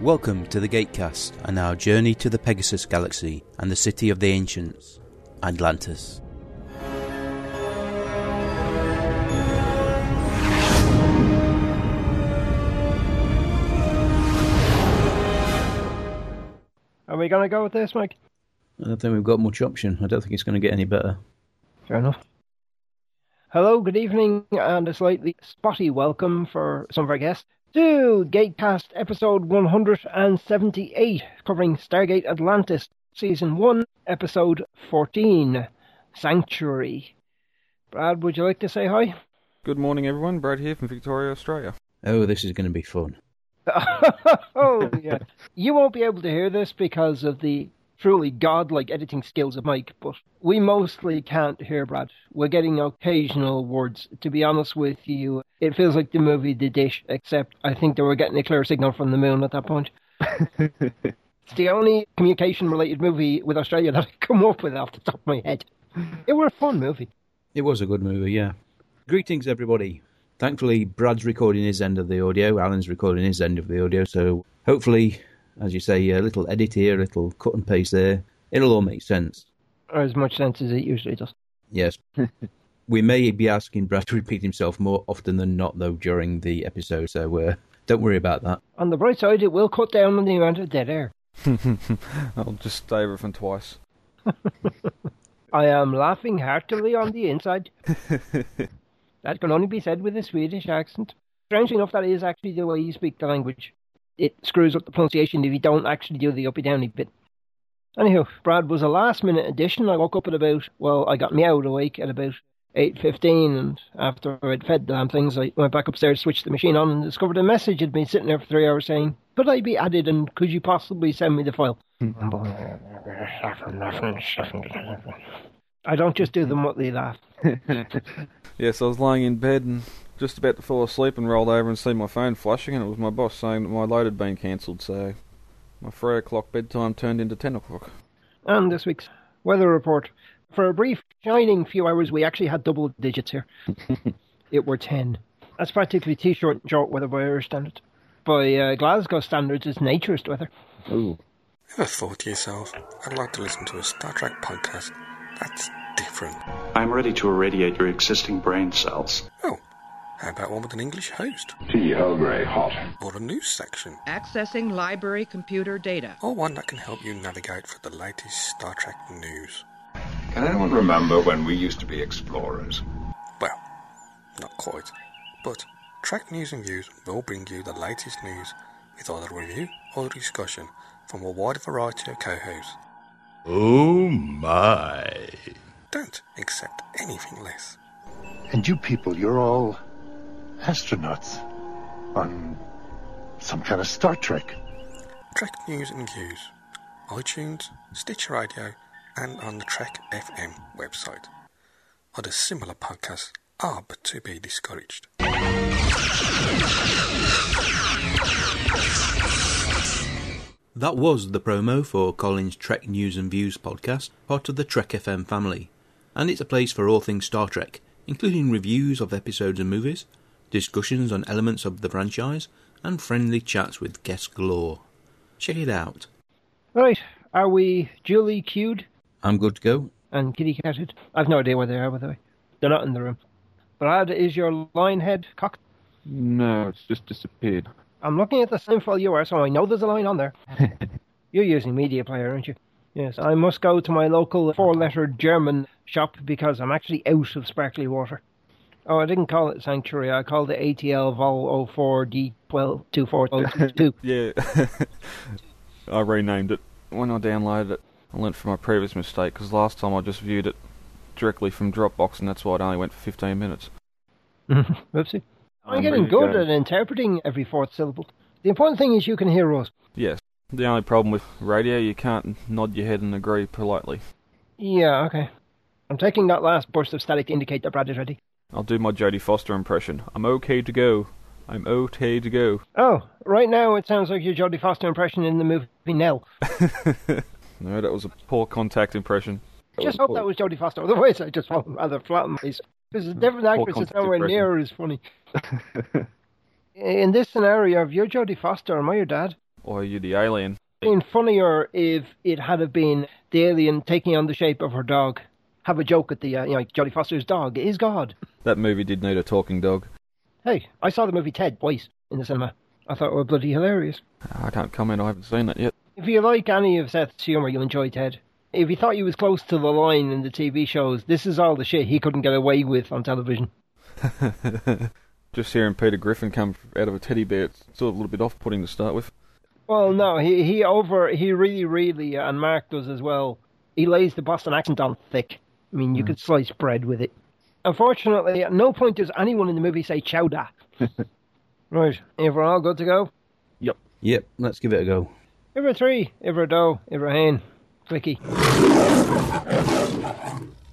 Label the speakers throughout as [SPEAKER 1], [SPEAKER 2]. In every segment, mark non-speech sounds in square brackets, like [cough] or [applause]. [SPEAKER 1] Welcome to the Gatecast and our journey to the Pegasus Galaxy and the city of the ancients, Atlantis.
[SPEAKER 2] Are we gonna go with this, Mike?
[SPEAKER 1] I don't think we've got much option. I don't think it's going to get any better.
[SPEAKER 2] Fair enough. Hello, good evening, and a slightly spotty welcome for some of our guests to Gatecast episode 178, covering Stargate Atlantis, season 1, episode 14, Sanctuary. Brad, would you like to say hi?
[SPEAKER 3] Good morning, everyone. Brad here from Victoria, Australia.
[SPEAKER 1] Oh, this is going to be fun.
[SPEAKER 2] oh, yeah. You won't be able to hear this because of the truly godlike editing skills of Mike, but we mostly can't hear Brad. We're getting occasional words. To be honest with you, it feels like the movie The Dish, except I think they were getting a clear signal from the moon at that point. it's the only communication related movie with Australia that I come up with off the top of my head. It was a fun movie.
[SPEAKER 1] It was a good movie, yeah. Greetings, everybody. Thankfully, Brad's recording his end of the audio, Alan's recording his end of the audio, so hopefully, as you say, a little edit here, a little cut and paste there, it'll all make sense.
[SPEAKER 2] Or as much sense as it usually does.
[SPEAKER 1] Yes. we may be asking Brad to repeat himself more often than not, though, during the episode, so uh, don't worry about that.
[SPEAKER 2] On the bright side, it will cut down on the amount of dead air.
[SPEAKER 3] [laughs] I'll just stay everything [laughs] twice.
[SPEAKER 2] I am laughing heartily on the inside. that can only be said with a Swedish accent. Strangely enough, that is actually the way you speak the language. It screws up the pronunciation if you don't actually do the uppy downy bit. Anyhow, Brad was a last minute addition. I woke up at about well, I got meowed awake at about eight fifteen, and after I'd fed the damn things, I went back upstairs, switched the machine on, and discovered a message had been sitting there for three hours saying, "Could I be added? And could you possibly send me the file?" I don't just do them what they laugh.
[SPEAKER 3] Yes, I was lying in bed and just about to fall asleep and rolled over and see my phone flashing, and it was my boss saying that my load had been cancelled, so my 3 o'clock bedtime turned into 10 o'clock.
[SPEAKER 2] And this week's weather report. For a brief, shining few hours, we actually had double digits here. it were 10. That's practically t shirt and short weather by Irish standards. By uh, Glasgow standards, it's naturist weather.
[SPEAKER 1] Ooh.
[SPEAKER 4] Ever thought to yourself, I'd like to listen to a Star Trek podcast that's different?
[SPEAKER 5] I'm ready to irradiate your existing brain cells.
[SPEAKER 4] Oh, how about one with an English host?
[SPEAKER 6] Tea Earl Grey hot.
[SPEAKER 4] Or a news section?
[SPEAKER 7] Accessing library computer data.
[SPEAKER 4] Or Oh, one that can help you navigate for the latest Star Trek news.
[SPEAKER 6] Can anyone remember when we used to be explorers?
[SPEAKER 4] Well, not quite. But Track News and Views will bring you the latest news with either a review or a discussion from a wide variety of co hosts.
[SPEAKER 8] Oh my.
[SPEAKER 4] Don't accept anything less.
[SPEAKER 9] And you people, you're all astronauts on some kind of Star Trek.
[SPEAKER 4] Track News and Views, iTunes, Stitcher Radio, and on the Track FM website. Other similar podcasts are but to be discouraged.
[SPEAKER 1] That was the promo for Colin's Trek News and Views podcast, part of the Trek FM family. And it's a place for all things Star Trek, including reviews of episodes and movies, discussions on elements of the franchise, and friendly chats with guests galore. Check it out.
[SPEAKER 2] Right, are we duly queued
[SPEAKER 1] I'm good to go.
[SPEAKER 2] and kitty catted? I've no idea where they are, by the way. They're not in the room. Brad, is your line head cocked?
[SPEAKER 3] No, it's just disappeared.
[SPEAKER 2] I'm looking at the same file you are, so I know there's a line on there. You're using Media Player, aren't you? Yes, I must go to my local four letter German shop because I'm actually out of sparkly water. Oh, I didn't call it Sanctuary, I called it ATL Vol 04D124022.
[SPEAKER 3] Yeah. I renamed it when I downloaded it. I learnt from my previous mistake because last time I just viewed it directly from Dropbox, and that's why it only went for 15 minutes.
[SPEAKER 2] Whoopsie. I'm getting good at interpreting every fourth syllable. The important thing is you can hear us.
[SPEAKER 3] Yes. The only problem with radio, you can't nod your head and agree politely.
[SPEAKER 2] Yeah, okay. I'm taking that last burst of static to indicate that Brad is ready.
[SPEAKER 3] I'll do my Jodie Foster impression. I'm okay to go. I'm okay to go.
[SPEAKER 2] Oh, right now it sounds like your Jodie Foster impression in the movie Nell.
[SPEAKER 3] No, that was a poor contact impression.
[SPEAKER 2] just hope that was Jodie Foster. Otherwise, I just felt rather flat on my face. Because a different actress is
[SPEAKER 3] contact
[SPEAKER 2] nowhere
[SPEAKER 3] impression.
[SPEAKER 2] near as funny. In this scenario, if you're Jodie Foster, am I your dad?
[SPEAKER 3] Or are you the alien?
[SPEAKER 2] been funnier if it had have been the alien taking on the shape of her dog. Have a joke at the, uh, you know, Jodie Foster's dog is God.
[SPEAKER 3] That movie did need a talking dog.
[SPEAKER 2] Hey, I saw the movie Ted twice in the cinema. I thought it was bloody hilarious.
[SPEAKER 3] Ah, I can't comment, I haven't seen it yet.
[SPEAKER 2] If you like any of Seth's humour, you'll enjoy Ted. If you thought you was close to the line in the TV shows, this is all the shit he couldn't get away with on television.
[SPEAKER 3] [laughs] Just hearing Peter Griffin come out of a teddy bear, it's sort of a little bit off putting to start with.
[SPEAKER 2] Well, no, he, he over, he really, really, and Mark does as well, he lays the Boston accent on thick. I mean, you could slice bread with it. Unfortunately, at no point does anyone in the movie say chowder. right, if we're all good to go,
[SPEAKER 1] Yep, let's give it a go.
[SPEAKER 2] if we're three, if we're dough, if we're hen, clicky.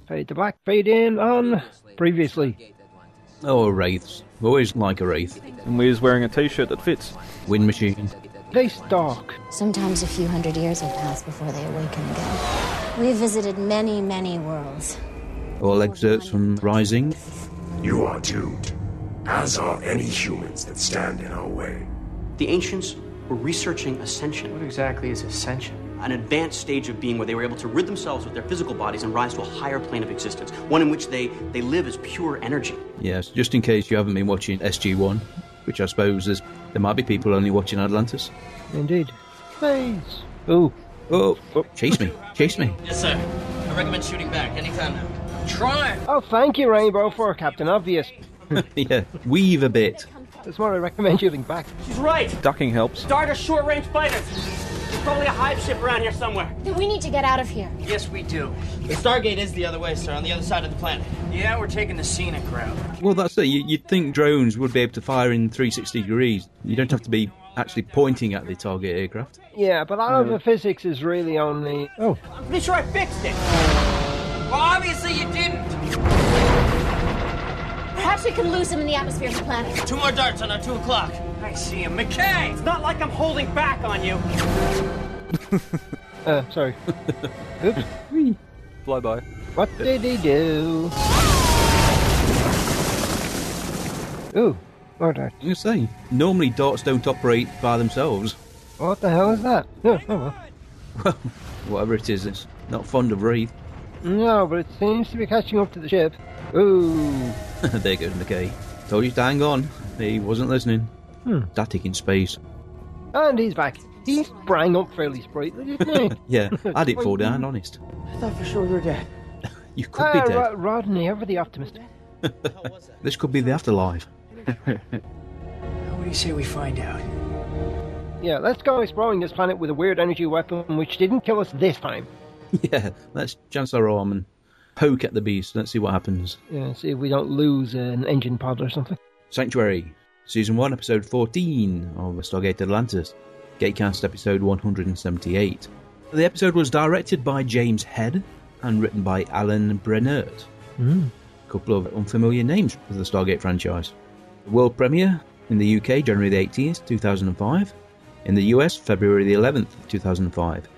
[SPEAKER 2] Fade to black, fade in on previously.
[SPEAKER 1] Oh, wraiths. Always like a wraith.
[SPEAKER 3] And Lear's wearing a t shirt that fits.
[SPEAKER 1] Wind machine.
[SPEAKER 2] Place dark.
[SPEAKER 10] Sometimes a few hundred years will pass before they awaken again. We've visited many, many worlds.
[SPEAKER 1] All excerpts from Rising.
[SPEAKER 8] You are doomed, as are any humans that stand in our way.
[SPEAKER 11] The ancients were researching ascension. What exactly is ascension? An advanced stage of being where they were able to rid themselves of their physical bodies and rise to a higher plane of existence, one in which they, they live as pure energy.
[SPEAKER 1] Yes, just in case you haven't been watching SG1, which I suppose is there might be people only watching Atlantis.
[SPEAKER 2] Indeed. Face. Ooh.
[SPEAKER 1] Oh, oh, chase me,
[SPEAKER 3] [laughs]
[SPEAKER 1] chase me. [laughs]
[SPEAKER 11] Yes, sir. I recommend shooting back anytime now. Try!
[SPEAKER 2] Oh, thank you, Rainbow, for Captain Obvious.
[SPEAKER 1] yeah, weave a bit.
[SPEAKER 2] That's what I recommend shooting back.
[SPEAKER 11] She's right!
[SPEAKER 3] Ducking helps.
[SPEAKER 11] Dart are short range fighters! Probably a hive ship around here somewhere.
[SPEAKER 10] Then we need to get out of here.
[SPEAKER 11] Yes, we do. The Stargate is the other way, sir, on the other side of the planet. Yeah, we're taking the scenic route.
[SPEAKER 1] Well, that's it. You, you'd think drones would be able to fire in 360 degrees. You don't have to be actually pointing at the target aircraft.
[SPEAKER 2] Yeah, but that other physics is really only. Oh.
[SPEAKER 11] I'm pretty sure I fixed it. Well, obviously you didn't.
[SPEAKER 10] Perhaps we can lose him in the atmosphere of the planet.
[SPEAKER 11] Two more darts on our two o'clock. I see him, McKay. It's not like I'm holding back on you.
[SPEAKER 2] Uh, sorry. Oops.
[SPEAKER 3] Fly by.
[SPEAKER 2] What did he do? Ooh. More darts.
[SPEAKER 1] You say normally darts don't operate by themselves.
[SPEAKER 2] What the hell is that? No, oh well.
[SPEAKER 1] Well, whatever it is, it's not fond of wraith. [laughs]
[SPEAKER 2] No, but it seems to be catching up to the ship. Ooh.
[SPEAKER 1] there goes McKay. Told you to hang on. He wasn't listening. Static in space. [laughs]
[SPEAKER 2] And he's back. He sprang up fairly sprightly, didn't he?
[SPEAKER 1] [laughs] Yeah, I didn't fall
[SPEAKER 2] [laughs]
[SPEAKER 1] down, honest.
[SPEAKER 11] I thought for sure you were dead.
[SPEAKER 1] You could be
[SPEAKER 2] ah,
[SPEAKER 1] dead.
[SPEAKER 2] Ro- Rodney, ever the optimist.
[SPEAKER 1] [laughs] This could be the afterlife.
[SPEAKER 11] What do you say we find out?
[SPEAKER 2] Yeah, let's go exploring this planet with a weird energy weapon which didn't kill us this time.
[SPEAKER 1] Yeah, let's chance our arm and poke at the beast. Let's see what happens.
[SPEAKER 2] Yeah, see if we don't lose an engine pod or something.
[SPEAKER 1] Sanctuary, Season 1, Episode 14 of Stargate Atlantis, Gatecast Episode 178. The episode was directed by James Head and written by Alan Brennert. A couple of unfamiliar names for the Stargate franchise. World premiere in the UK, January the 18th, 2005. In the US, February the 11th, 2005.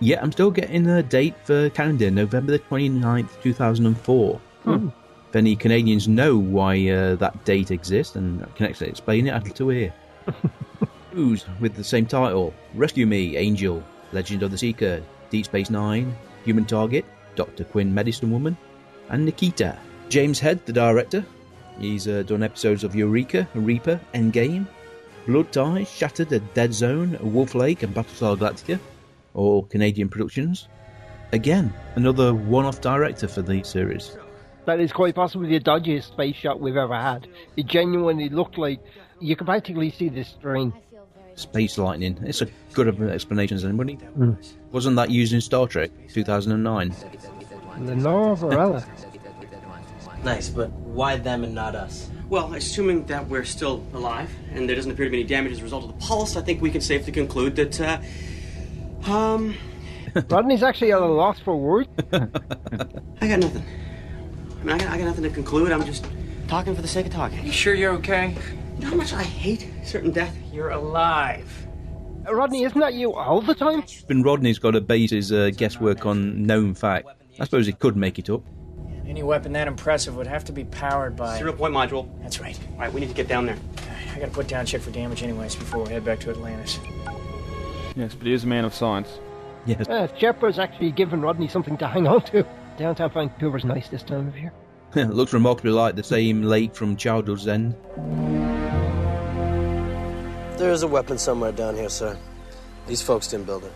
[SPEAKER 1] Yet I'm still getting a date for calendar, November the 29th, 2004. If any Canadians know why uh, that date exists and can actually explain it, I'd love to hear. News with the same title Rescue Me, Angel, Legend of the Seeker, Deep Space Nine, Human Target, Dr. Quinn, Medicine Woman, and Nikita. James Head, the director. He's uh, done episodes of Eureka, Reaper, Endgame, Blood Tie, Shattered, The Dead Zone, Wolf Lake, and Battlestar Galactica, all Canadian productions. Again, another one off director for the series.
[SPEAKER 2] That is quite possibly the dodgiest space shot we've ever had. It genuinely looked like you can practically see the string.
[SPEAKER 1] Space lightning. It's a good of an explanation as anybody. Wasn't that used in Star Trek 2009?
[SPEAKER 2] Lenora Varela.
[SPEAKER 11] Nice, but why them and not us? Well, assuming that we're still alive and there doesn't appear to be any damage as a result of the pulse, I think we can safely conclude that, uh, um,
[SPEAKER 2] [laughs] Rodney's actually at a loss
[SPEAKER 11] [laughs]
[SPEAKER 2] for words.
[SPEAKER 11] I got nothing. I mean, I got, I got nothing to conclude. I'm just talking for the sake of talking. You sure you're okay? You know how much I hate certain death? You're alive.
[SPEAKER 2] Uh, Rodney, isn't that you all the time?
[SPEAKER 1] Been Rodney's got to base his uh, guesswork on known fact. I suppose he could make it up. [laughs]
[SPEAKER 11] Any weapon that impressive would have to be powered by. Zero point module. That's right. All right, we need to get down there. I gotta put down check for damage anyways before we head back to Atlantis.
[SPEAKER 3] Yes, but he is a man of science.
[SPEAKER 2] Yes. Uh, Shepard's actually given Rodney something to hang on to. Downtown Vancouver's nice this time of year.
[SPEAKER 1] it looks remarkably like the same lake from Childhood's End.
[SPEAKER 12] There is a weapon somewhere down here, sir. These folks didn't build it.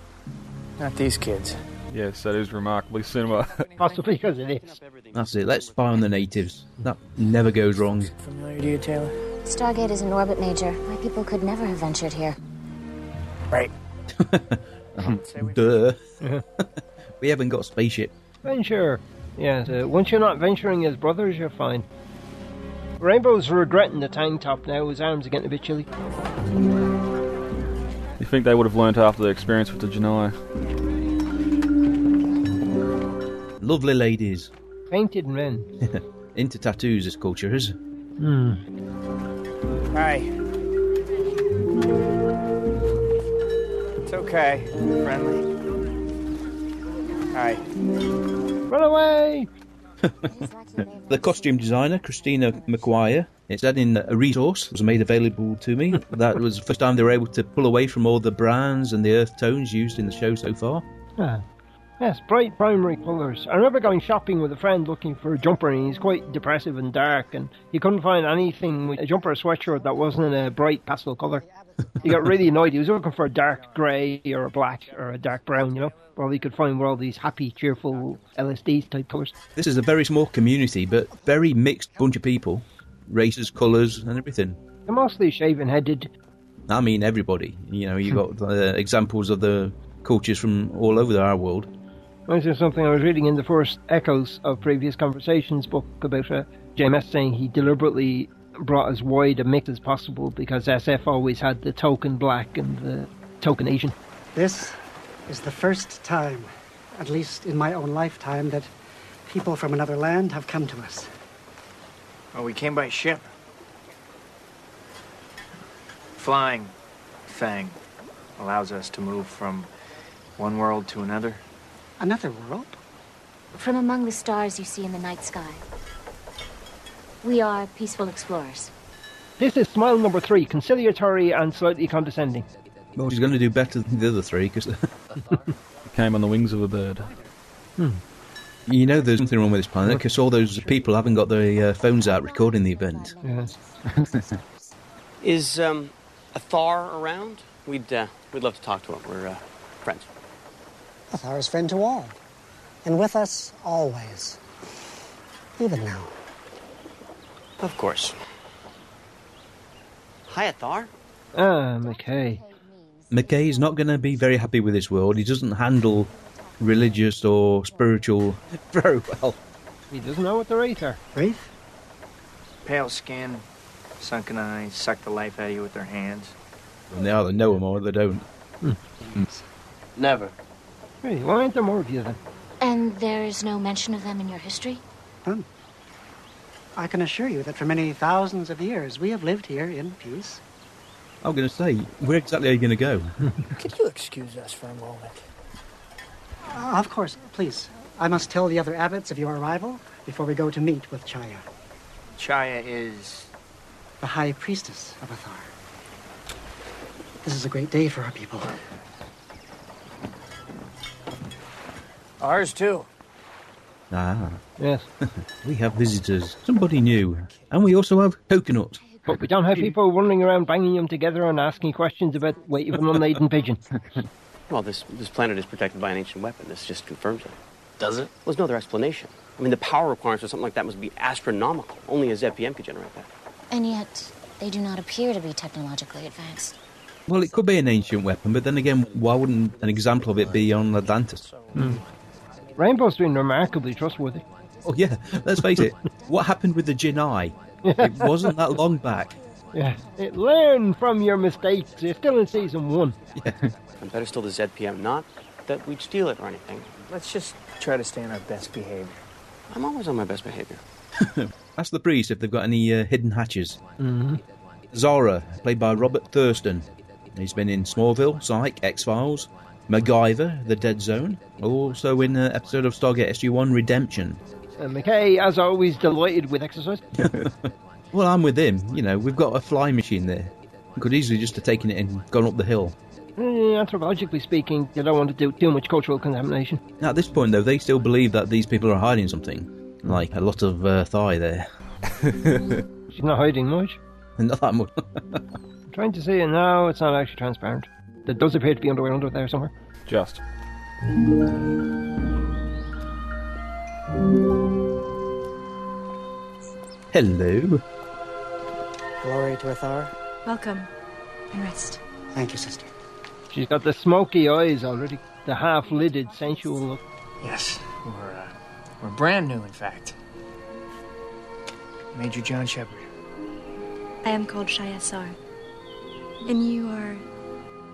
[SPEAKER 3] Not these kids. Yes, that is remarkably [laughs] similar.
[SPEAKER 2] Possibly because it is.
[SPEAKER 1] That's it. Let's spy on the natives. That never goes wrong.
[SPEAKER 12] Familiar to you, Taylor?
[SPEAKER 10] Stargate is in orbit, Major. My people could never have ventured here.
[SPEAKER 12] Right.
[SPEAKER 1] Um, Duh. [laughs] we haven't got a spaceship.
[SPEAKER 2] Venture. Yes, uh, once you're not venturing as brothers, you're fine. Rainbow's regretting the tank top now. His arms are getting a bit chilly.
[SPEAKER 3] You think they would have learnt after the experience with the Janai?
[SPEAKER 1] Lovely ladies. [laughs]
[SPEAKER 2] Painted men.
[SPEAKER 1] Into tattoos, this culture is.
[SPEAKER 2] Hmm.
[SPEAKER 13] Hi. It's okay. Friendly. Hi.
[SPEAKER 2] Run away!
[SPEAKER 1] the costume designer, Christina McGuire, it said in a resource was made available to me. that was the first time they were able to pull away from all the brands and the earth tones used in the show so far.
[SPEAKER 2] Ah. Yes, bright primary colours. I remember going shopping with a friend looking for a jumper, and he's quite depressive and dark, and he couldn't find anything with a jumper or sweatshirt that wasn't in a bright pastel colour. he got really annoyed. He was looking for a dark grey or a black or a dark brown, you know. Well, he could find were all these happy, cheerful LSD type colours.
[SPEAKER 1] This is a very small community, but very mixed bunch of people, races, colours, and everything.
[SPEAKER 2] They're mostly shaven headed.
[SPEAKER 1] I mean, everybody. You know,
[SPEAKER 2] Hmm.
[SPEAKER 1] you got uh, examples of the cultures from all over our world.
[SPEAKER 2] This is something I was reading in the first Echoes of Previous Conversations book about uh, JMS saying he deliberately brought as wide a mix as possible because SF always had the token black and the token Asian.
[SPEAKER 14] This is the first time, at least in my own lifetime, that people from another land have come to us.
[SPEAKER 13] Well, Oh, we came by ship. Flying Fang allows us to move from one world to another.
[SPEAKER 14] Another world?
[SPEAKER 10] From among the stars you see in the night sky. We are peaceful explorers.
[SPEAKER 2] This is smile number three conciliatory and slightly condescending.
[SPEAKER 1] Well, she's going to do better than the other three because
[SPEAKER 3] [laughs] came on the wings of a bird.
[SPEAKER 2] Hmm.
[SPEAKER 1] you know there's something wrong with this planet because all those people haven't got their uh, phones out recording the event.
[SPEAKER 2] Yes.
[SPEAKER 11] Is um, Athar around? We'd uh, we'd love to talk to him. We're uh, friends.
[SPEAKER 14] Athar is friend to all, and with us always, even now.
[SPEAKER 11] Of course. Hi, Athar.
[SPEAKER 2] [laughs] Ah, McKay.
[SPEAKER 1] McKay's not going to be very happy with this world. He doesn't handle religious or spiritual [laughs] very well.
[SPEAKER 2] He doesn't know what the rates are.
[SPEAKER 14] Wraith?
[SPEAKER 13] Pale skin, sunken eyes, suck the life out of you with their hands.
[SPEAKER 1] And they either know him or they don't.
[SPEAKER 2] Hmm.
[SPEAKER 11] Never.
[SPEAKER 2] Hey, why aren't there more of you then?
[SPEAKER 10] And there is no mention of them in your history?
[SPEAKER 14] None. I can assure you that for many thousands of years we have lived here in peace.
[SPEAKER 1] I'm going to say, where exactly are you going to go?
[SPEAKER 2] Hmm.
[SPEAKER 14] Could you excuse us for a moment? Uh, of course, please. I must tell the other abbots of your arrival before we go to meet with Chaya,
[SPEAKER 13] Chaya is.
[SPEAKER 14] the High Priestess of Athar. This is a great day for our people.
[SPEAKER 13] Ours too.
[SPEAKER 1] ah,
[SPEAKER 2] Yes.
[SPEAKER 1] [laughs] we have visitors. Somebody new. And we also have coconuts.
[SPEAKER 2] But we don't have people running around banging them together and asking questions about weight of an
[SPEAKER 1] [laughs]
[SPEAKER 2] unladen pigeon.
[SPEAKER 11] Well, this this planet is protected by an ancient weapon. This just confirms it. Does it? Well, there's no other explanation. I mean, the power requirements for something like that must be astronomical. Only a ZPM could generate that.
[SPEAKER 10] And yet, they do not appear to be technologically advanced.
[SPEAKER 1] Well, it could be an ancient weapon, but then again, why wouldn't an example of it be on Atlantis?
[SPEAKER 2] Hmm. Rainbow's been remarkably trustworthy.
[SPEAKER 1] Oh, yeah, let's face
[SPEAKER 2] [laughs]
[SPEAKER 1] it. what happened with the Jinai? It wasn't that long back.
[SPEAKER 2] Yeah. It, learn from your mistakes. You're still in
[SPEAKER 11] [laughs]
[SPEAKER 2] season one.
[SPEAKER 11] And better still, the ZPM. Not that we'd steal it or anything.
[SPEAKER 13] Let's just try to stay on our best behavior.
[SPEAKER 11] I'm always on my best behavior.
[SPEAKER 1] Ask the priest if they've got any uh, hidden hatches.
[SPEAKER 2] Mm-hmm.
[SPEAKER 1] Zara, played by Robert Thurston. He's been in Smallville, Psych, X Files, MacGyver, The Dead Zone, also in an episode of Stargate SG 1 Redemption.
[SPEAKER 2] And uh, McKay, as always, delighted with exercise.
[SPEAKER 1] Well, I'm with him. You know, we've got a flying machine there. We could easily just have taken it and gone up the hill.
[SPEAKER 2] Eh, anthropologically speaking, you don't want to do too much cultural contamination.
[SPEAKER 1] At this point, though, they still believe that these people are hiding something, like a lot of uh, thigh there.
[SPEAKER 2] [laughs] She's not hiding much.
[SPEAKER 1] [laughs] Not that much.
[SPEAKER 2] I'm trying to see it now, it's not actually transparent. There does appear to be underwear under there somewhere.
[SPEAKER 3] Just.
[SPEAKER 1] Hello.
[SPEAKER 14] Glory to Athar.
[SPEAKER 15] Welcome. And rest.
[SPEAKER 14] Thank you, sister.
[SPEAKER 2] She's got the smoky eyes already, the half lidded, sensual look.
[SPEAKER 15] Yes, we're, uh, we're brand new, in fact. Major John Shepard.
[SPEAKER 16] I am called Shia Sar. And you are.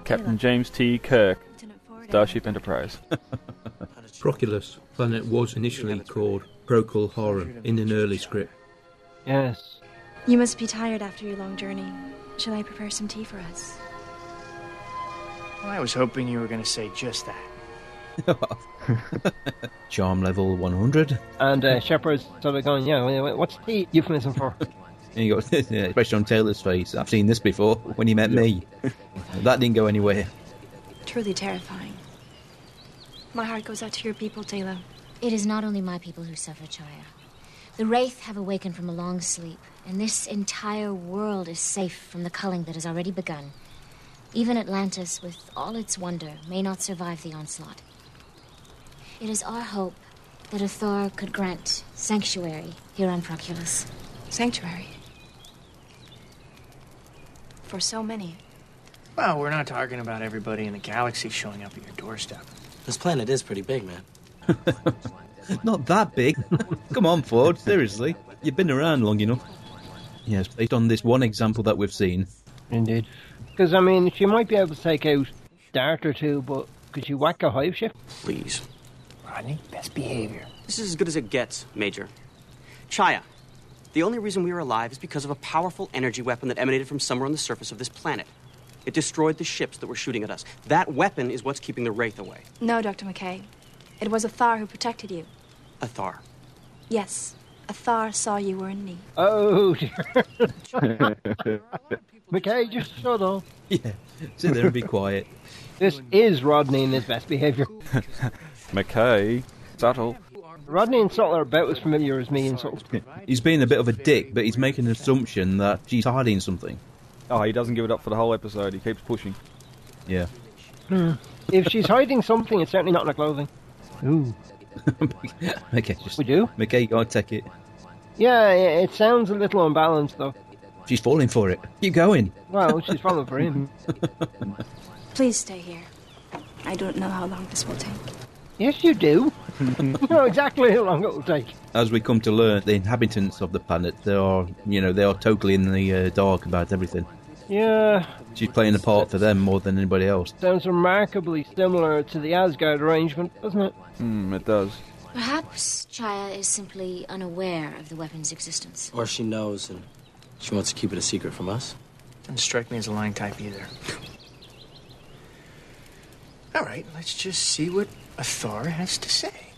[SPEAKER 3] Captain James T. Kirk, Starship
[SPEAKER 1] [laughs]
[SPEAKER 3] Enterprise.
[SPEAKER 1] Proculus planet was initially called Procol Horum in an early script.
[SPEAKER 2] Yes.
[SPEAKER 16] You must be tired after your long journey. Shall I prepare some tea for us?
[SPEAKER 15] Well, I was hoping you were going to say just that.
[SPEAKER 1] Charm level 100.
[SPEAKER 2] And uh, Shepard's sort of going, yeah, well, what's the euphemism for?
[SPEAKER 1] And you got [laughs] yeah, expression on Taylor's face. I've seen this before when he met
[SPEAKER 2] [laughs]
[SPEAKER 1] me. that didn't go anywhere.
[SPEAKER 16] Truly terrifying. My heart goes out to your people, Taylor.
[SPEAKER 10] It is not only my people who suffer, Chaya. The Wraith have awakened from a long sleep, and this entire world is safe from the culling that has already begun. Even Atlantis, with all its wonder, may not survive the onslaught. It is our hope that Athor could grant sanctuary here on Proculus.
[SPEAKER 16] Sanctuary. For so many.
[SPEAKER 15] Well, we're not talking about everybody in the galaxy showing up at your doorstep.
[SPEAKER 12] This planet is pretty big, man.
[SPEAKER 1] Not that big. Come on, Ford, seriously. You've been around long enough. Yes, based on this one example that we've seen.
[SPEAKER 2] Indeed. Because, I mean, she might be able to take out Dart or two, but could she whack a hive ship?
[SPEAKER 11] Please.
[SPEAKER 15] Rodney, best behavior.
[SPEAKER 11] This is as good as it gets, Major. Chaya, the only reason we are alive is because of a powerful energy weapon that emanated from somewhere on the surface of this planet. It destroyed the ships that were shooting at us. That weapon is what's keeping the Wraith away.
[SPEAKER 16] No, Dr. McKay. It was Athar who protected you.
[SPEAKER 11] Athar.
[SPEAKER 16] Yes, Athar saw you were in need.
[SPEAKER 3] [laughs]
[SPEAKER 2] Oh, dear. McKay, just shut up.
[SPEAKER 1] Yeah, sit there and be quiet.
[SPEAKER 2] This is Rodney in his best behaviour.
[SPEAKER 3] McKay, subtle.
[SPEAKER 2] Rodney and Sutler are about as familiar as me and Sutler.
[SPEAKER 1] [laughs] He's being a bit of a dick, but he's making an assumption that she's hiding something.
[SPEAKER 3] Oh, he doesn't give it up for the whole episode. He keeps pushing.
[SPEAKER 1] Yeah.
[SPEAKER 2] Hmm. if she's hiding something, it's certainly not in her clothing. Ooh.
[SPEAKER 1] [laughs] okay, just.
[SPEAKER 2] Would you?
[SPEAKER 1] McKay, I'll take it.
[SPEAKER 2] Yeah, it it sounds a little unbalanced, though.
[SPEAKER 1] She's falling for it. Keep
[SPEAKER 2] [laughs]
[SPEAKER 1] going.
[SPEAKER 2] Well, she's falling
[SPEAKER 3] [laughs]
[SPEAKER 2] for him.
[SPEAKER 16] Please stay here. I don't know how long this will take.
[SPEAKER 2] Yes, you do. [laughs] you know exactly how long it will take.
[SPEAKER 1] As we come to learn, the inhabitants of the planet, they are, you know, they are totally in the uh, dark about everything.
[SPEAKER 2] Yeah,
[SPEAKER 1] She's playing a part for them more than anybody else. [laughs]
[SPEAKER 2] sounds remarkably similar to the Asgard arrangement, doesn't it?
[SPEAKER 3] Hmm, it does.
[SPEAKER 10] Perhaps Chaya is simply unaware of the weapon's existence.
[SPEAKER 12] Or she knows and she wants to keep it a secret from us.
[SPEAKER 15] Doesn't strike me as a lying type either. All right, let's just see what Athar has to say.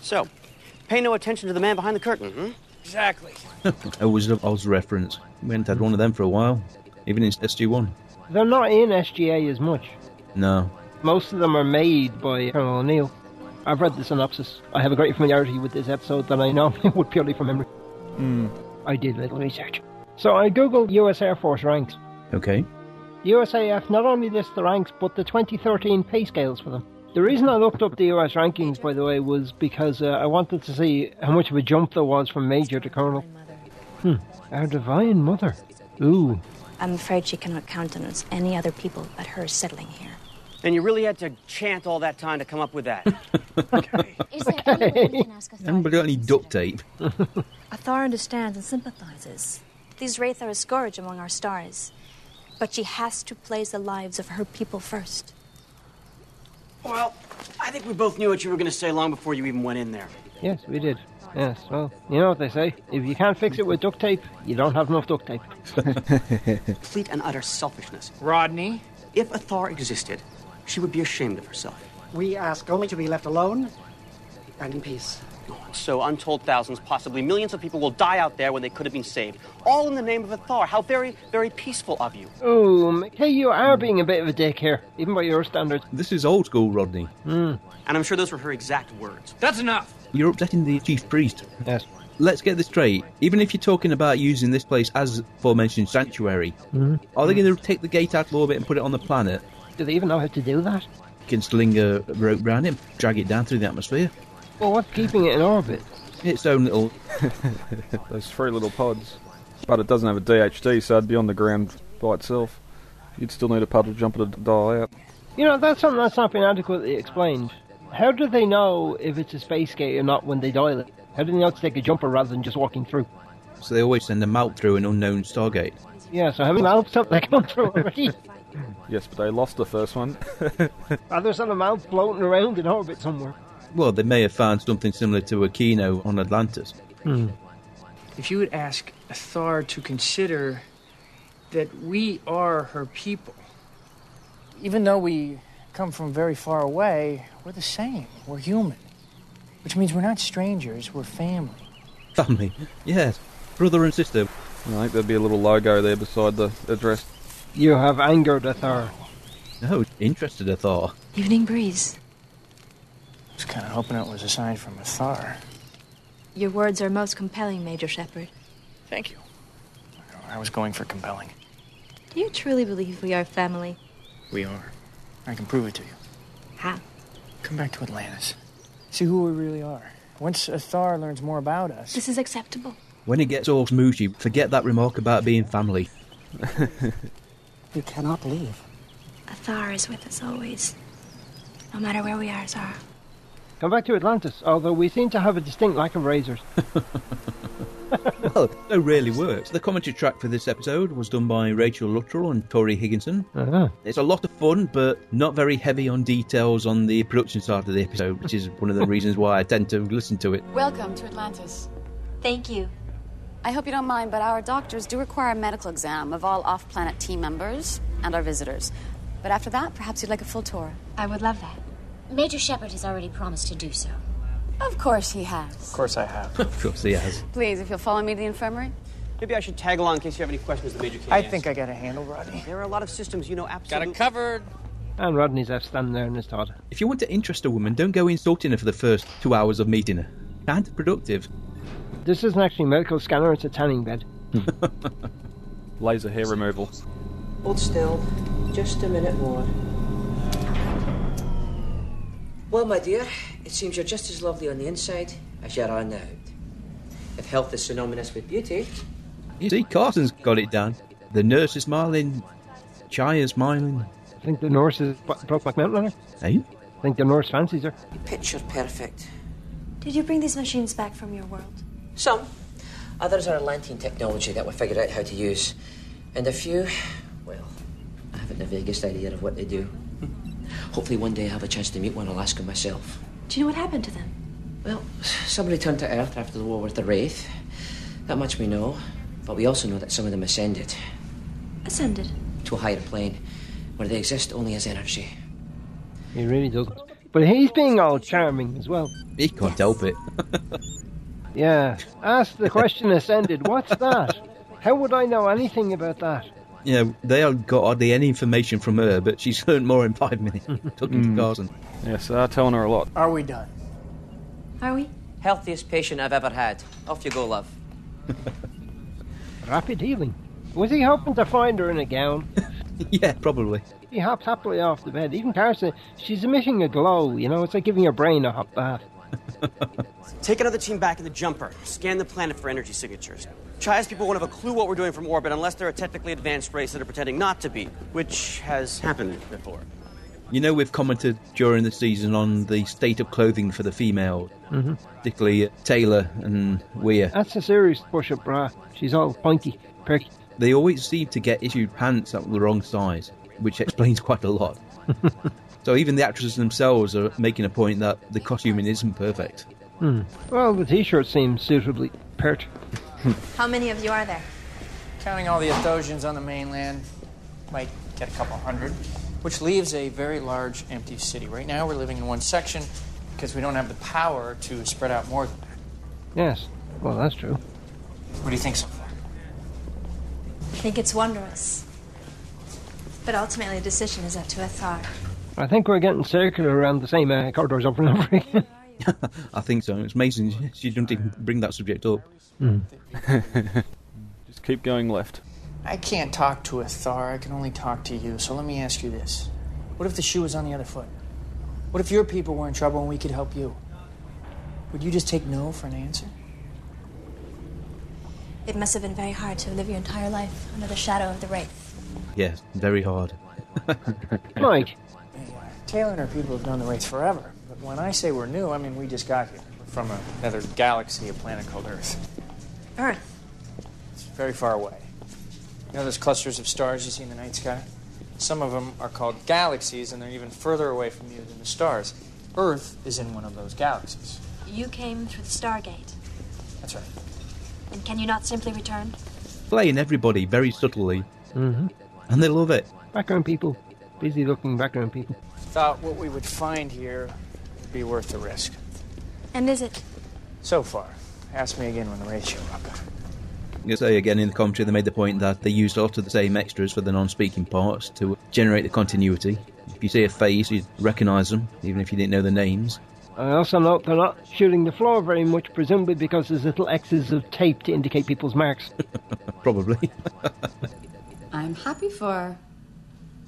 [SPEAKER 11] So, pay no attention to the man behind the curtain, hmm?
[SPEAKER 15] Exactly.
[SPEAKER 1] a Wizard of Oz reference. We haven't had one of them for a while, even in SG1.
[SPEAKER 2] They're not in SGA as much.
[SPEAKER 1] No.
[SPEAKER 2] Most of them are made by Colonel O'Neill. I've read the synopsis. I have a great familiarity with this episode that I normally [laughs] would purely from memory.
[SPEAKER 3] Hmm.
[SPEAKER 2] I did little research. So I googled US Air Force ranks.
[SPEAKER 1] Okay.
[SPEAKER 2] The USAF not only lists the ranks, but the 2013 pay scales for them. The reason I looked up the US rankings, by the way, was because uh, I wanted to see how much of a jump there was from Major to Colonel. Hmm. Our Divine Mother. Ooh.
[SPEAKER 16] I'm afraid she cannot countenance any other people but hers
[SPEAKER 10] [laughs]
[SPEAKER 16] settling here.
[SPEAKER 11] And you really had to chant all that time to come up with that.
[SPEAKER 10] Is there anyone we can ask Athar?
[SPEAKER 1] Haven't got any duct [laughs] tape.
[SPEAKER 16] Athar understands and sympathizes. These Wraith are a scourge among our stars. But she has to place the lives of her people first.
[SPEAKER 11] [laughs] well, I think we both knew what you were going to say long before you even went in there.
[SPEAKER 2] Yes, we did. Yes, well, you know what they say. If you can't fix it with duct tape, you don't have enough duct tape.
[SPEAKER 11] Complete and utter selfishness.
[SPEAKER 15] Rodney,
[SPEAKER 11] If Athar existed, she would be ashamed of herself.
[SPEAKER 14] We ask only to be left alone and in peace.
[SPEAKER 11] Oh, So untold thousands, possibly millions of people will die out there when they could have been saved. All in the name of a Thor. How very, very peaceful of you.
[SPEAKER 2] Oh, Mick, hey, you are being a bit of a dick here, even by your standards.
[SPEAKER 1] This is old school, Rodney.
[SPEAKER 11] And I'm sure those were her exact words. That's enough!
[SPEAKER 1] You're upsetting the chief priest.
[SPEAKER 2] Yes.
[SPEAKER 1] Let's get this straight. Even if you're talking about using this place as aforementioned sanctuary, are they going to take the gate out of orbit and put it on the planet?
[SPEAKER 2] Do they even know how to do that?
[SPEAKER 1] You can sling a rope round it, drag it down through the atmosphere.
[SPEAKER 2] Well, what's keeping it in orbit?
[SPEAKER 1] Its own little.
[SPEAKER 3] [laughs] Those three little pods. But it doesn't have a DHD, so it'd be on the ground by itself. You'd still need a puddle jumper to dial out.
[SPEAKER 2] You know, that's something that's not been adequately explained. How do they know if it's a space gate or not when they dial it? How do they know to take a jumper rather than just walking through?
[SPEAKER 1] So they always send them out through an unknown stargate.
[SPEAKER 2] Yeah, so how many [laughs] mouths have they gone through
[SPEAKER 1] [laughs]
[SPEAKER 2] already?
[SPEAKER 3] Yes, but they lost the first one.
[SPEAKER 2] Are there some mouths floating around in orbit somewhere?
[SPEAKER 1] Well, they may have found something similar to a kino on Atlantis.
[SPEAKER 15] If you would ask Thar to consider that we are her people, even though we come from very far away, we're the same. We're human, which means we're not strangers. We're family.
[SPEAKER 1] Family. Yes. Brother and sister.
[SPEAKER 3] I think there'd be a little logo there beside the address.
[SPEAKER 2] You have angered a Thor.
[SPEAKER 1] No, interested a Thor.
[SPEAKER 16] Evening breeze.
[SPEAKER 15] I was kind of hoping it was a sign from Thar.
[SPEAKER 16] Your words are most compelling, Major Shepard.
[SPEAKER 15] Thank you. I was going for compelling.
[SPEAKER 16] Do you truly believe we are family?
[SPEAKER 15] We are. I can prove it to you.
[SPEAKER 16] How?
[SPEAKER 15] Come back to Atlantis. See who we really are. Once Athar learns more about us.
[SPEAKER 16] This is acceptable.
[SPEAKER 1] When it gets all smooshy, forget that remark about
[SPEAKER 3] [laughs]
[SPEAKER 1] being family.
[SPEAKER 14] You cannot leave.
[SPEAKER 16] Athar is with us always. No matter where we are, Zara.
[SPEAKER 2] Come back to Atlantis, although we seem to have a distinct lack
[SPEAKER 1] [laughs]
[SPEAKER 2] of razors.
[SPEAKER 1] well, no really works. The commentary track for this episode was done by Rachel Luttrell and Tori Higginson.
[SPEAKER 2] Uh-huh.
[SPEAKER 1] It's a lot of fun, but not very heavy on details on the production side of the episode, which is one of
[SPEAKER 2] [laughs]
[SPEAKER 1] the reasons why I tend to listen to it.
[SPEAKER 17] Welcome to Atlantis.
[SPEAKER 16] Thank you.
[SPEAKER 17] I hope you don't mind, but our doctors do require a medical exam of all off planet team members and our visitors. But after that, perhaps you'd like a full tour.
[SPEAKER 16] I would love that.
[SPEAKER 10] Major Shepard has already promised to do so.
[SPEAKER 17] Of course he has.
[SPEAKER 15] Of course I have.
[SPEAKER 1] Of course he has.
[SPEAKER 17] Please, if you'll follow me to the infirmary.
[SPEAKER 11] Maybe I should tag along in case you have any questions the Major can
[SPEAKER 15] I think I got a handle, Rodney.
[SPEAKER 11] There are a lot of systems you know absolutely.
[SPEAKER 15] covered.
[SPEAKER 2] And Rodney's left standing there in his Todd.
[SPEAKER 1] If you want to interest a woman, don't go insulting her for the first two hours of meeting her. Counterproductive.
[SPEAKER 2] This isn't actually a medical scanner, it's a tanning bed.
[SPEAKER 3] Laser hair removal.
[SPEAKER 18] Hold still. Just a minute more. Well, my dear, it seems you're just as lovely on the inside as you are on the out. If health is synonymous with beauty,
[SPEAKER 1] You see, Carson's got it down. The nurse is smiling. Chaya's smiling.
[SPEAKER 2] I think the nurse is b- broke my mountain on her.
[SPEAKER 1] Eh?
[SPEAKER 2] I think the nurse fancies her.
[SPEAKER 18] picture perfect.
[SPEAKER 16] Did you bring these machines back from your world?
[SPEAKER 18] Some. Others are Atlantean technology that we figured out how to use. And a few, well, I haven't the vaguest idea of what they do. [laughs] Hopefully, one day I have a chance to meet one. I'll ask him myself.
[SPEAKER 16] Do you know what happened to them?
[SPEAKER 18] Well, some returned to Earth after the war with the Wraith. That much we know. But we also know that some of them ascended
[SPEAKER 16] Ascended.
[SPEAKER 18] to a higher plane where they exist only as energy.
[SPEAKER 2] He really doesn't. But he's being all charming as well.
[SPEAKER 1] He can't help it.
[SPEAKER 2] Yeah. Ask the question ascended. What's that? How would I know anything about that?
[SPEAKER 1] Yeah, they have got hardly any information from her, but she's [laughs] learned more in
[SPEAKER 3] [laughs]
[SPEAKER 1] five minutes talking to
[SPEAKER 3] Mm.
[SPEAKER 1] Carson.
[SPEAKER 3] Yes, they are telling her a lot.
[SPEAKER 15] Are we done?
[SPEAKER 16] Are we?
[SPEAKER 18] Healthiest patient I've ever had. Off you go, love.
[SPEAKER 2] Rapid healing. Was he hoping to find her in a gown?
[SPEAKER 1] [laughs] yeah, probably.
[SPEAKER 2] He hopped happily off the bed. Even Carson, she's emitting a glow, you know, it's like giving her brain a hot bath.
[SPEAKER 11] Take another team back in the jumper. Scan the planet for energy signatures. Chaya's people won't have a clue what we're doing from orbit unless they're a technically advanced race that are pretending not to be, which has happened before.
[SPEAKER 1] You know, we've commented during the season on the state of clothing for the female,
[SPEAKER 2] Mhm.
[SPEAKER 1] particularly Taylor and Weir.
[SPEAKER 2] That's a serious push up bra. She's all pointy, perky.
[SPEAKER 1] They always seem to get issued pants that were the wrong size, which [laughs] explains quite a
[SPEAKER 2] [laughs]
[SPEAKER 1] lot. so even the actresses themselves are making a point that the costuming isn't perfect.
[SPEAKER 2] Hmm. Well, the t shirt seems suitably pert.
[SPEAKER 16] How many of you are there?
[SPEAKER 15] Counting all the Athosians on the mainland, might get a couple hundred, which leaves a very large empty city. Right now, we're living in one section,
[SPEAKER 13] because we don't have the power to spread out more.
[SPEAKER 2] Yes. Well, that's true.
[SPEAKER 13] What do you think so far?
[SPEAKER 16] I think it's wondrous. But ultimately, the decision is up to Athar.
[SPEAKER 2] I think we're getting circular around the same uh, corridors over and over again.
[SPEAKER 1] [laughs] I think so. It's amazing she didn't even bring that subject up.
[SPEAKER 2] Hmm.
[SPEAKER 3] [laughs] Just keep going left.
[SPEAKER 15] I can't talk to a Thar. I can only talk to you. So let me ask you this: What if the shoe was on the other foot? What if your people were in trouble and we could help you? Would you just take no for an answer?
[SPEAKER 16] It must have been very hard to live your entire life under the shadow of the Wraith.
[SPEAKER 1] Yes, very hard.
[SPEAKER 2] [laughs] Mike.
[SPEAKER 15] Taylor and her people have known the Wraith forever. But when I say we're new, I mean we just got here. We're from another galaxy, a planet called Earth.
[SPEAKER 16] Earth.
[SPEAKER 15] It's very far away. You know those clusters of stars you see in the night sky? Some of them are called galaxies, and they're even further away from you than the stars. Earth is in one of those galaxies.
[SPEAKER 16] You came through the Stargate.
[SPEAKER 15] That's right.
[SPEAKER 16] And can you not simply return?
[SPEAKER 1] Playing everybody very subtly.
[SPEAKER 2] Mm-hmm.
[SPEAKER 1] And they love it.
[SPEAKER 2] Background people. Busy looking background people.
[SPEAKER 15] Thought what we would find here would be worth the risk.
[SPEAKER 16] And is it?
[SPEAKER 15] So far. Ask me again when the Wraith show up.
[SPEAKER 1] You say again in the commentary, they made the point that they used a lot of the same extras for the non speaking parts to generate the continuity. If you see a face, you'd recognise them, even if you didn't know the names.
[SPEAKER 2] I also note they're not shooting the floor very much, presumably because there's little X's of tape to indicate people's [laughs] marks.
[SPEAKER 1] Probably.
[SPEAKER 17] I'm happy for.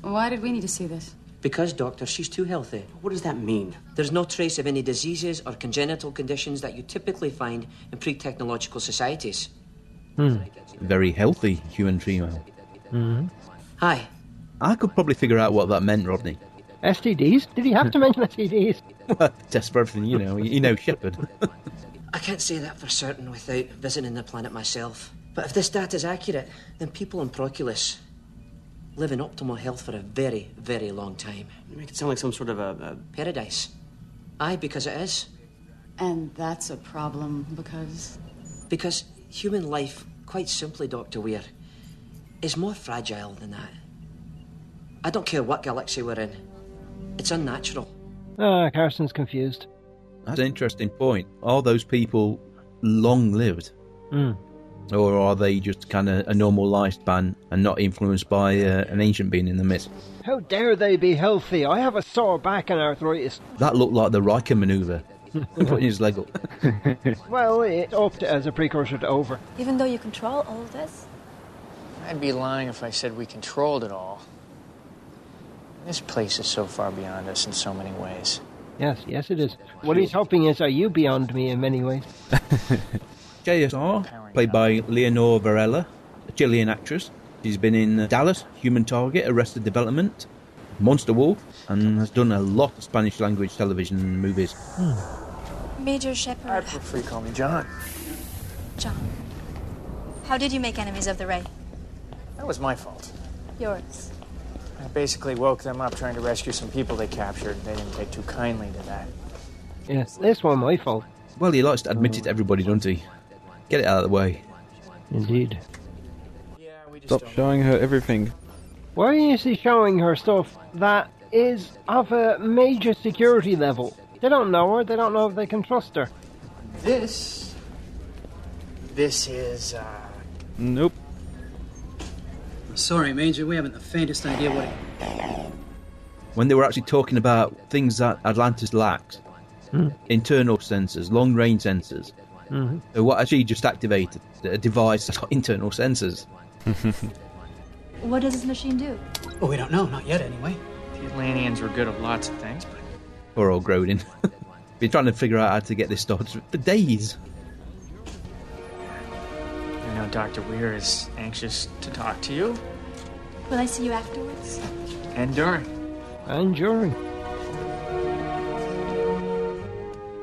[SPEAKER 17] Why did we need to see this?
[SPEAKER 18] Because, Doctor, she's too healthy. What does that mean? There's no trace of any diseases or congenital conditions that you typically find in pre technological societies.
[SPEAKER 1] Hmm. Very healthy human female.
[SPEAKER 2] Mm-hmm.
[SPEAKER 18] Hi.
[SPEAKER 1] I could probably figure out what that meant, Rodney.
[SPEAKER 2] STDs? Did he have to mention
[SPEAKER 1] [laughs]
[SPEAKER 2] STDs?
[SPEAKER 1] Test for everything, you know. You know Shepard.
[SPEAKER 18] I can't say that for certain without visiting the planet myself. But if this data is accurate, then people on Proculus live in optimal health for a very, very long time.
[SPEAKER 11] You make it sound like some sort of a.
[SPEAKER 18] Paradise. Aye, because it is.
[SPEAKER 17] And that's a problem because.
[SPEAKER 18] Because human life, quite simply, Dr. Weir, is more fragile than that. I don't care what galaxy we're in, it's unnatural.
[SPEAKER 2] [laughs] Ah, Carson's confused.
[SPEAKER 1] [laughs] That's an interesting point. Are those people long lived?
[SPEAKER 2] Mm.
[SPEAKER 1] Or are they just kind of a normal lifespan and not influenced by uh, an ancient being in the midst?
[SPEAKER 2] How dare they be healthy? I have a sore back and arthritis.
[SPEAKER 1] That looked like the Riker
[SPEAKER 2] [laughs]
[SPEAKER 1] maneuver. Putting his leg up.
[SPEAKER 2] Well, it opted as a precursor to over.
[SPEAKER 16] Even though you control all of this?
[SPEAKER 15] I'd be lying if I said we controlled it all. This place is so far beyond us in so many ways.
[SPEAKER 2] Yes, yes, it is. What he's hoping is, are you beyond me in many ways? [laughs]
[SPEAKER 1] JSR, played by Leonore Varela, a Chilean actress. She's been in Dallas, Human Target, Arrested Development, Monster Wolf, and has done a lot of Spanish language television and movies.
[SPEAKER 2] Hmm.
[SPEAKER 16] Major Shepard.
[SPEAKER 15] I'd prefer you call me John.
[SPEAKER 16] John. How did you make enemies of the Wraith?
[SPEAKER 15] That was my fault.
[SPEAKER 16] Yours.
[SPEAKER 15] I basically woke them up trying to rescue some people they captured. They didn't take too kindly to that.
[SPEAKER 2] Yes, this one my fault.
[SPEAKER 1] Well, he likes to admit it to everybody, doesn't he? Get it out of the way.
[SPEAKER 2] Indeed.
[SPEAKER 3] Stop showing her everything.
[SPEAKER 2] Why is he showing her stuff that is of a major security level? They don't know her, they don't know if they can trust her.
[SPEAKER 15] This. This is, uh.
[SPEAKER 3] Nope.
[SPEAKER 19] Sorry, Major, we haven't the faintest idea what it.
[SPEAKER 1] When they were actually talking about things that Atlantis lacked
[SPEAKER 2] Hmm.
[SPEAKER 1] internal sensors, long range sensors.
[SPEAKER 2] Mhm.
[SPEAKER 1] So what actually just activated a device that's got internal sensors.
[SPEAKER 16] What does this machine do?
[SPEAKER 19] Well, we don't know, not yet anyway.
[SPEAKER 15] The Atlanteans were good at lots of things, but
[SPEAKER 1] Poor old Grodin. [laughs] Been trying to figure out how to get this started for days.
[SPEAKER 15] I know Dr. Weir is anxious to talk to you.
[SPEAKER 16] Will I see you afterwards?
[SPEAKER 15] And during.
[SPEAKER 2] And jury.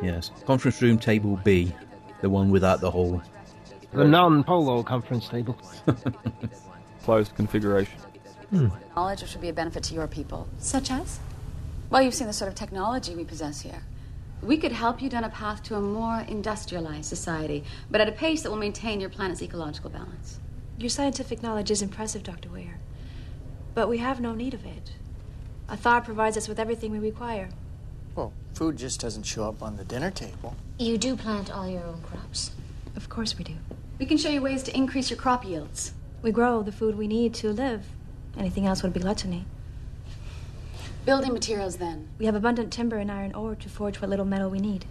[SPEAKER 1] Yes. Conference room table B, the one without the hole.
[SPEAKER 2] The non polo conference
[SPEAKER 3] [laughs]
[SPEAKER 2] table.
[SPEAKER 3] Closed configuration.
[SPEAKER 17] Knowledge which would be a benefit to your people.
[SPEAKER 16] Such as?
[SPEAKER 17] Well, you've seen the sort of technology we possess here. We could help you down a path to a more industrialized society, but at a pace that will maintain your planet's ecological balance.
[SPEAKER 16] Your scientific knowledge is impressive, Dr. Weir. But we have no need of it. Athar provides us with everything we require.
[SPEAKER 15] Well, Food just doesn't show up on the dinner table.
[SPEAKER 10] You do plant all your own crops.
[SPEAKER 16] Of course we do.
[SPEAKER 17] We can show you ways to increase your crop yields.
[SPEAKER 16] We grow the food we need to live. Anything else would be gluttony.
[SPEAKER 17] Building materials, then.
[SPEAKER 16] We have abundant timber and iron ore to forge what little metal we need.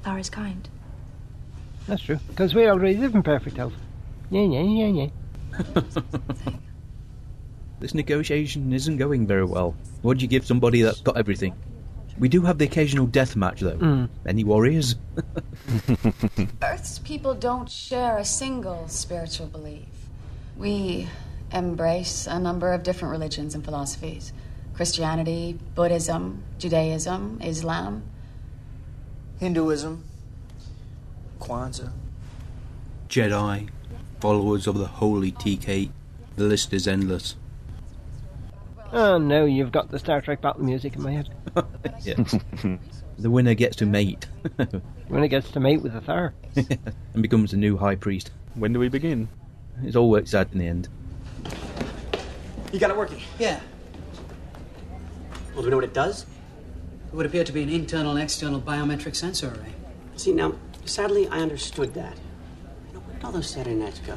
[SPEAKER 16] Athar is kind.
[SPEAKER 2] That's true. Because we already live in perfect health. Yeah, yeah, yeah, yeah.
[SPEAKER 1] This negotiation isn't going very well. What do you give somebody that's got everything? We do have the occasional death match, though.
[SPEAKER 20] Hmm.
[SPEAKER 1] Any warriors?
[SPEAKER 17] Earth's people don't share a single spiritual belief. We embrace a number of different religions and philosophies Christianity, Buddhism, Judaism, Islam.
[SPEAKER 15] Hinduism, Kwanzaa.
[SPEAKER 20] [laughs] Jedi, followers of the holy TK. The list is endless.
[SPEAKER 2] Oh no, you've got the Star Trek battle music in
[SPEAKER 3] [laughs]
[SPEAKER 2] my head.
[SPEAKER 1] Yes. [laughs] the winner gets to mate. [laughs]
[SPEAKER 2] When it gets to mate with a Thar.
[SPEAKER 1] and becomes the new high priest.
[SPEAKER 3] When do we begin?
[SPEAKER 1] It all works out in
[SPEAKER 3] [laughs]
[SPEAKER 1] the end.
[SPEAKER 19] You got it working? Yeah.
[SPEAKER 15] Well, do we know what it does?
[SPEAKER 19] It would appear to be an internal and external biometric sensor array.
[SPEAKER 11] See, now, sadly, I understood that. You know, where did all those Saturday nights go?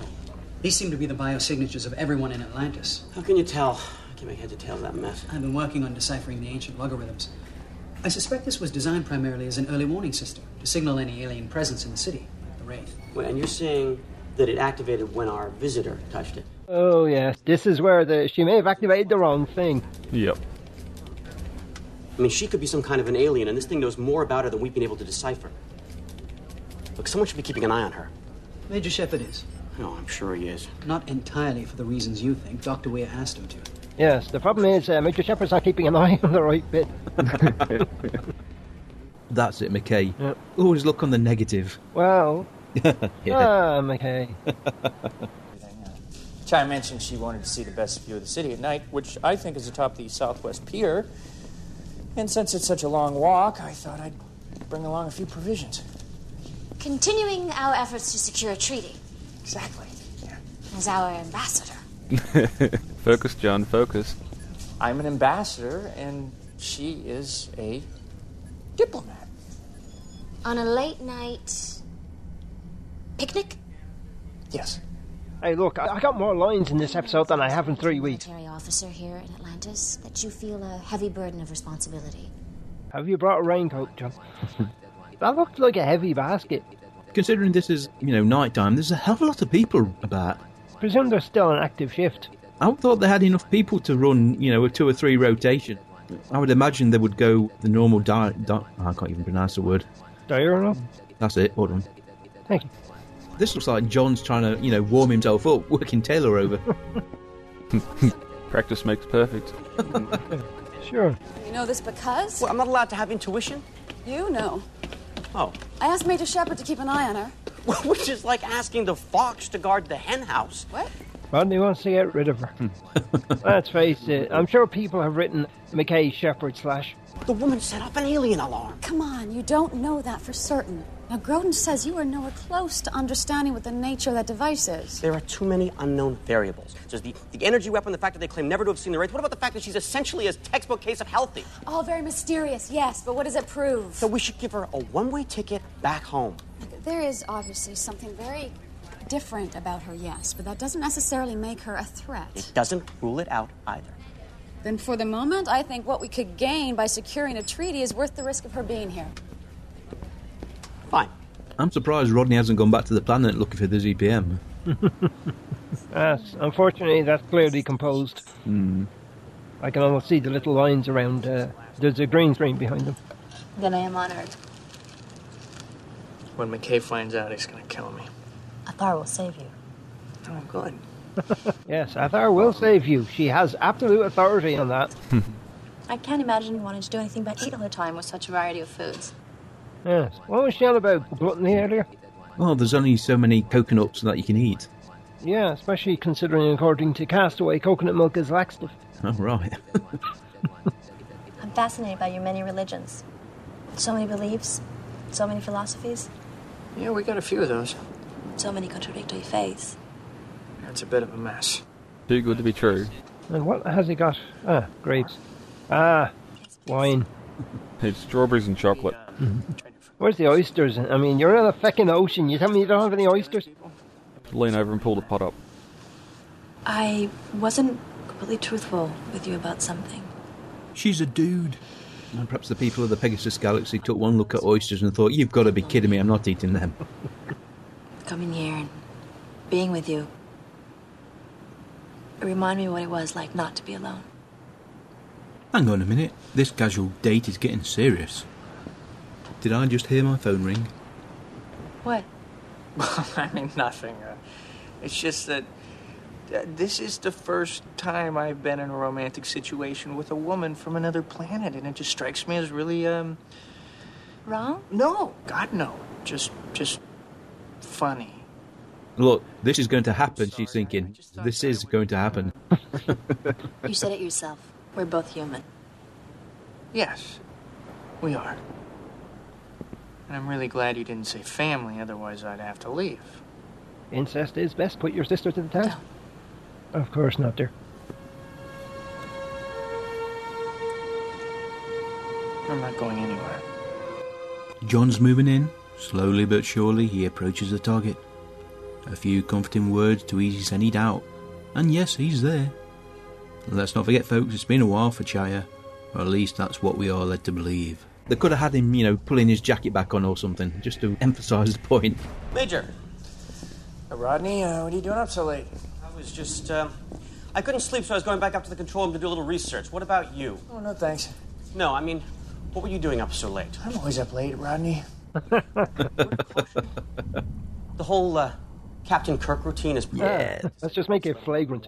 [SPEAKER 19] These seem to be the biosignatures of everyone in Atlantis.
[SPEAKER 11] How can you tell? I can't make head to tail of that mess.
[SPEAKER 19] I've been working on deciphering the ancient logarithms. I suspect this was designed primarily as an early warning system to signal any alien presence in the city, like the Wraith.
[SPEAKER 11] Well, and you're saying that it activated when our visitor touched it.
[SPEAKER 2] Oh yes, this is where the she may have activated the wrong thing.
[SPEAKER 3] Yep.
[SPEAKER 11] I mean, she could be some kind of an alien, and this thing knows more about her than we've been able to decipher. Look, someone should be keeping an eye on her.
[SPEAKER 19] Major Shepard is.
[SPEAKER 11] No, Oh, I'm sure he is.
[SPEAKER 19] Not entirely for the reasons you think. Dr. Weir asked him to.
[SPEAKER 2] Yes, the problem is uh, Major Shepard's not keeping an [laughs] eye on the right bit.
[SPEAKER 1] That's it, McKay. Always look on the negative.
[SPEAKER 3] Oh.
[SPEAKER 2] Well,
[SPEAKER 1] [laughs] Yeah.
[SPEAKER 2] ah, okay.
[SPEAKER 15] Chai mentioned she wanted to see the best view of the city at night, which I think is atop the southwest pier. And since it's such a long walk, I thought I'd bring along a few provisions.
[SPEAKER 10] Continuing our efforts to secure a treaty.
[SPEAKER 15] Exactly.
[SPEAKER 10] As our ambassador.
[SPEAKER 3] [laughs] focus, John, focus.
[SPEAKER 15] I'm an ambassador, and she is a diplomat.
[SPEAKER 10] On a late night picnic?
[SPEAKER 15] Yes.
[SPEAKER 2] Hey, look, I, I got more lines in this episode than I have in three weeks.
[SPEAKER 10] Military officer here in Atlantis, that you feel a heavy burden of responsibility.
[SPEAKER 2] Have you brought a raincoat, John? that looked like a heavy basket.
[SPEAKER 1] Considering this is, you know, night time, there's a hell of a lot of people about.
[SPEAKER 2] Presume there's still an active shift.
[SPEAKER 1] I thought they had enough people to run, you know, a two or three rotation. I would imagine they would go the normal di- di- I can't even pronounce the word.
[SPEAKER 2] Diurnal?
[SPEAKER 1] That's it. Hold on.
[SPEAKER 2] Thank you.
[SPEAKER 1] This looks like John's trying to, you know, warm himself up, working Taylor over.
[SPEAKER 3] [laughs] Practice makes perfect.
[SPEAKER 2] Sure.
[SPEAKER 17] You know this because?
[SPEAKER 11] Well, I'm not allowed to have intuition.
[SPEAKER 17] You know.
[SPEAKER 11] Oh.
[SPEAKER 17] I asked Major Shepard to keep an eye on her.
[SPEAKER 11] [laughs] Which is like asking the fox to guard the hen house.
[SPEAKER 17] What?
[SPEAKER 2] Rodney wants to get rid of her. Let's face it, I'm sure people have written McKay Shepherd slash.
[SPEAKER 11] The woman set up an alien alarm.
[SPEAKER 17] Come on, you don't know that for certain. Now, Groden says you are nowhere close to understanding what the nature of that device is.
[SPEAKER 11] There are too many unknown variables. There's the, the energy weapon, the fact that they claim never to have seen the Wraith. What about the fact that she's essentially a textbook case of healthy?
[SPEAKER 17] All very mysterious, yes, but what does it prove?
[SPEAKER 11] So we should give her a one way ticket back home.
[SPEAKER 17] There is obviously something very different about her, yes, but that doesn't necessarily make her a threat.
[SPEAKER 11] It doesn't rule it out either.
[SPEAKER 17] Then, for the moment, I think what we could gain by securing a treaty is worth the risk of her being here.
[SPEAKER 11] Fine.
[SPEAKER 1] I'm surprised Rodney hasn't gone back to the planet looking for the ZPM.
[SPEAKER 2] Yes, unfortunately, that's clearly composed.
[SPEAKER 1] Hmm.
[SPEAKER 2] I can almost see the little lines around. Uh, there's a green screen behind them.
[SPEAKER 16] Then I am honored.
[SPEAKER 15] When McKay finds out, he's gonna kill me.
[SPEAKER 16] Athar will save you.
[SPEAKER 15] Oh, good.
[SPEAKER 2] Yes, Athar will save you. She has absolute authority on that.
[SPEAKER 16] I can't imagine wanting to do anything but eat all the time with such a variety of foods.
[SPEAKER 2] Yes. What was she on about? Gluttony earlier?
[SPEAKER 1] Well, there's only so many coconuts that you can eat.
[SPEAKER 2] Yeah, especially considering, according to Castaway, coconut milk is laxative.
[SPEAKER 1] Oh, right.
[SPEAKER 16] I'm fascinated by your many religions. So many beliefs, so many philosophies,
[SPEAKER 15] Yeah, we got a few of those.
[SPEAKER 16] so many contradictory faiths.
[SPEAKER 15] It's a bit of a mess.
[SPEAKER 3] Too good to be true. [laughs]
[SPEAKER 2] And what has he got? Ah, grapes. Ah, wine.
[SPEAKER 3] It's strawberries and chocolate.
[SPEAKER 2] Where's the oysters? I mean, you're in the fucking ocean. You tell me you don't have any oysters?
[SPEAKER 3] Lean over and pull the pot up.
[SPEAKER 16] I wasn't completely truthful with you about something.
[SPEAKER 1] She's a dude.
[SPEAKER 21] And perhaps the people of the Pegasus Galaxy took one look at oysters and thought, "You've got to be kidding me! I'm not eating them."
[SPEAKER 16] Coming here and being with you. It reminded me what it was like not to be alone.
[SPEAKER 1] Hang on a minute. This casual date is getting serious. Did I just hear my phone ring?
[SPEAKER 15] [laughs]
[SPEAKER 16] What?
[SPEAKER 15] I mean, nothing. Uh, it's just that uh, this is the first time I've been in a romantic situation with a woman from another planet, and it just strikes me as really, um.
[SPEAKER 16] Wrong?
[SPEAKER 15] No, God, no. Just, just funny.
[SPEAKER 21] Look, this is going to happen. She's thinking, "This is going to happen."
[SPEAKER 16] You said it yourself. We're both human.
[SPEAKER 15] Yes, we are. And I'm really glad you didn't say family, otherwise, I'd have to leave.
[SPEAKER 2] Incest is best. Put your sister to the test. Of course not, dear.
[SPEAKER 15] I'm not going anywhere.
[SPEAKER 1] John's moving in. Slowly but surely, he approaches the target. A few comforting words to ease any doubt. And yes, he's there. Let's not forget, folks, it's been a while for Chaya. Or at least that's what we are led to believe.
[SPEAKER 21] They could have had him, you know, pulling his jacket back on or something, just to emphasise the point. [laughs]
[SPEAKER 15] Major. Uh, Rodney, uh, what are you doing up so late?
[SPEAKER 11] I was just, um, I couldn't sleep, so I was going back up to the control room to do a little research. What about you?
[SPEAKER 15] Oh, no thanks.
[SPEAKER 11] No, I mean, what were you doing up so late?
[SPEAKER 15] I'm always up late, Rodney.
[SPEAKER 11] The whole uh, Captain Kirk routine is
[SPEAKER 2] Ah, let's just make it flagrant.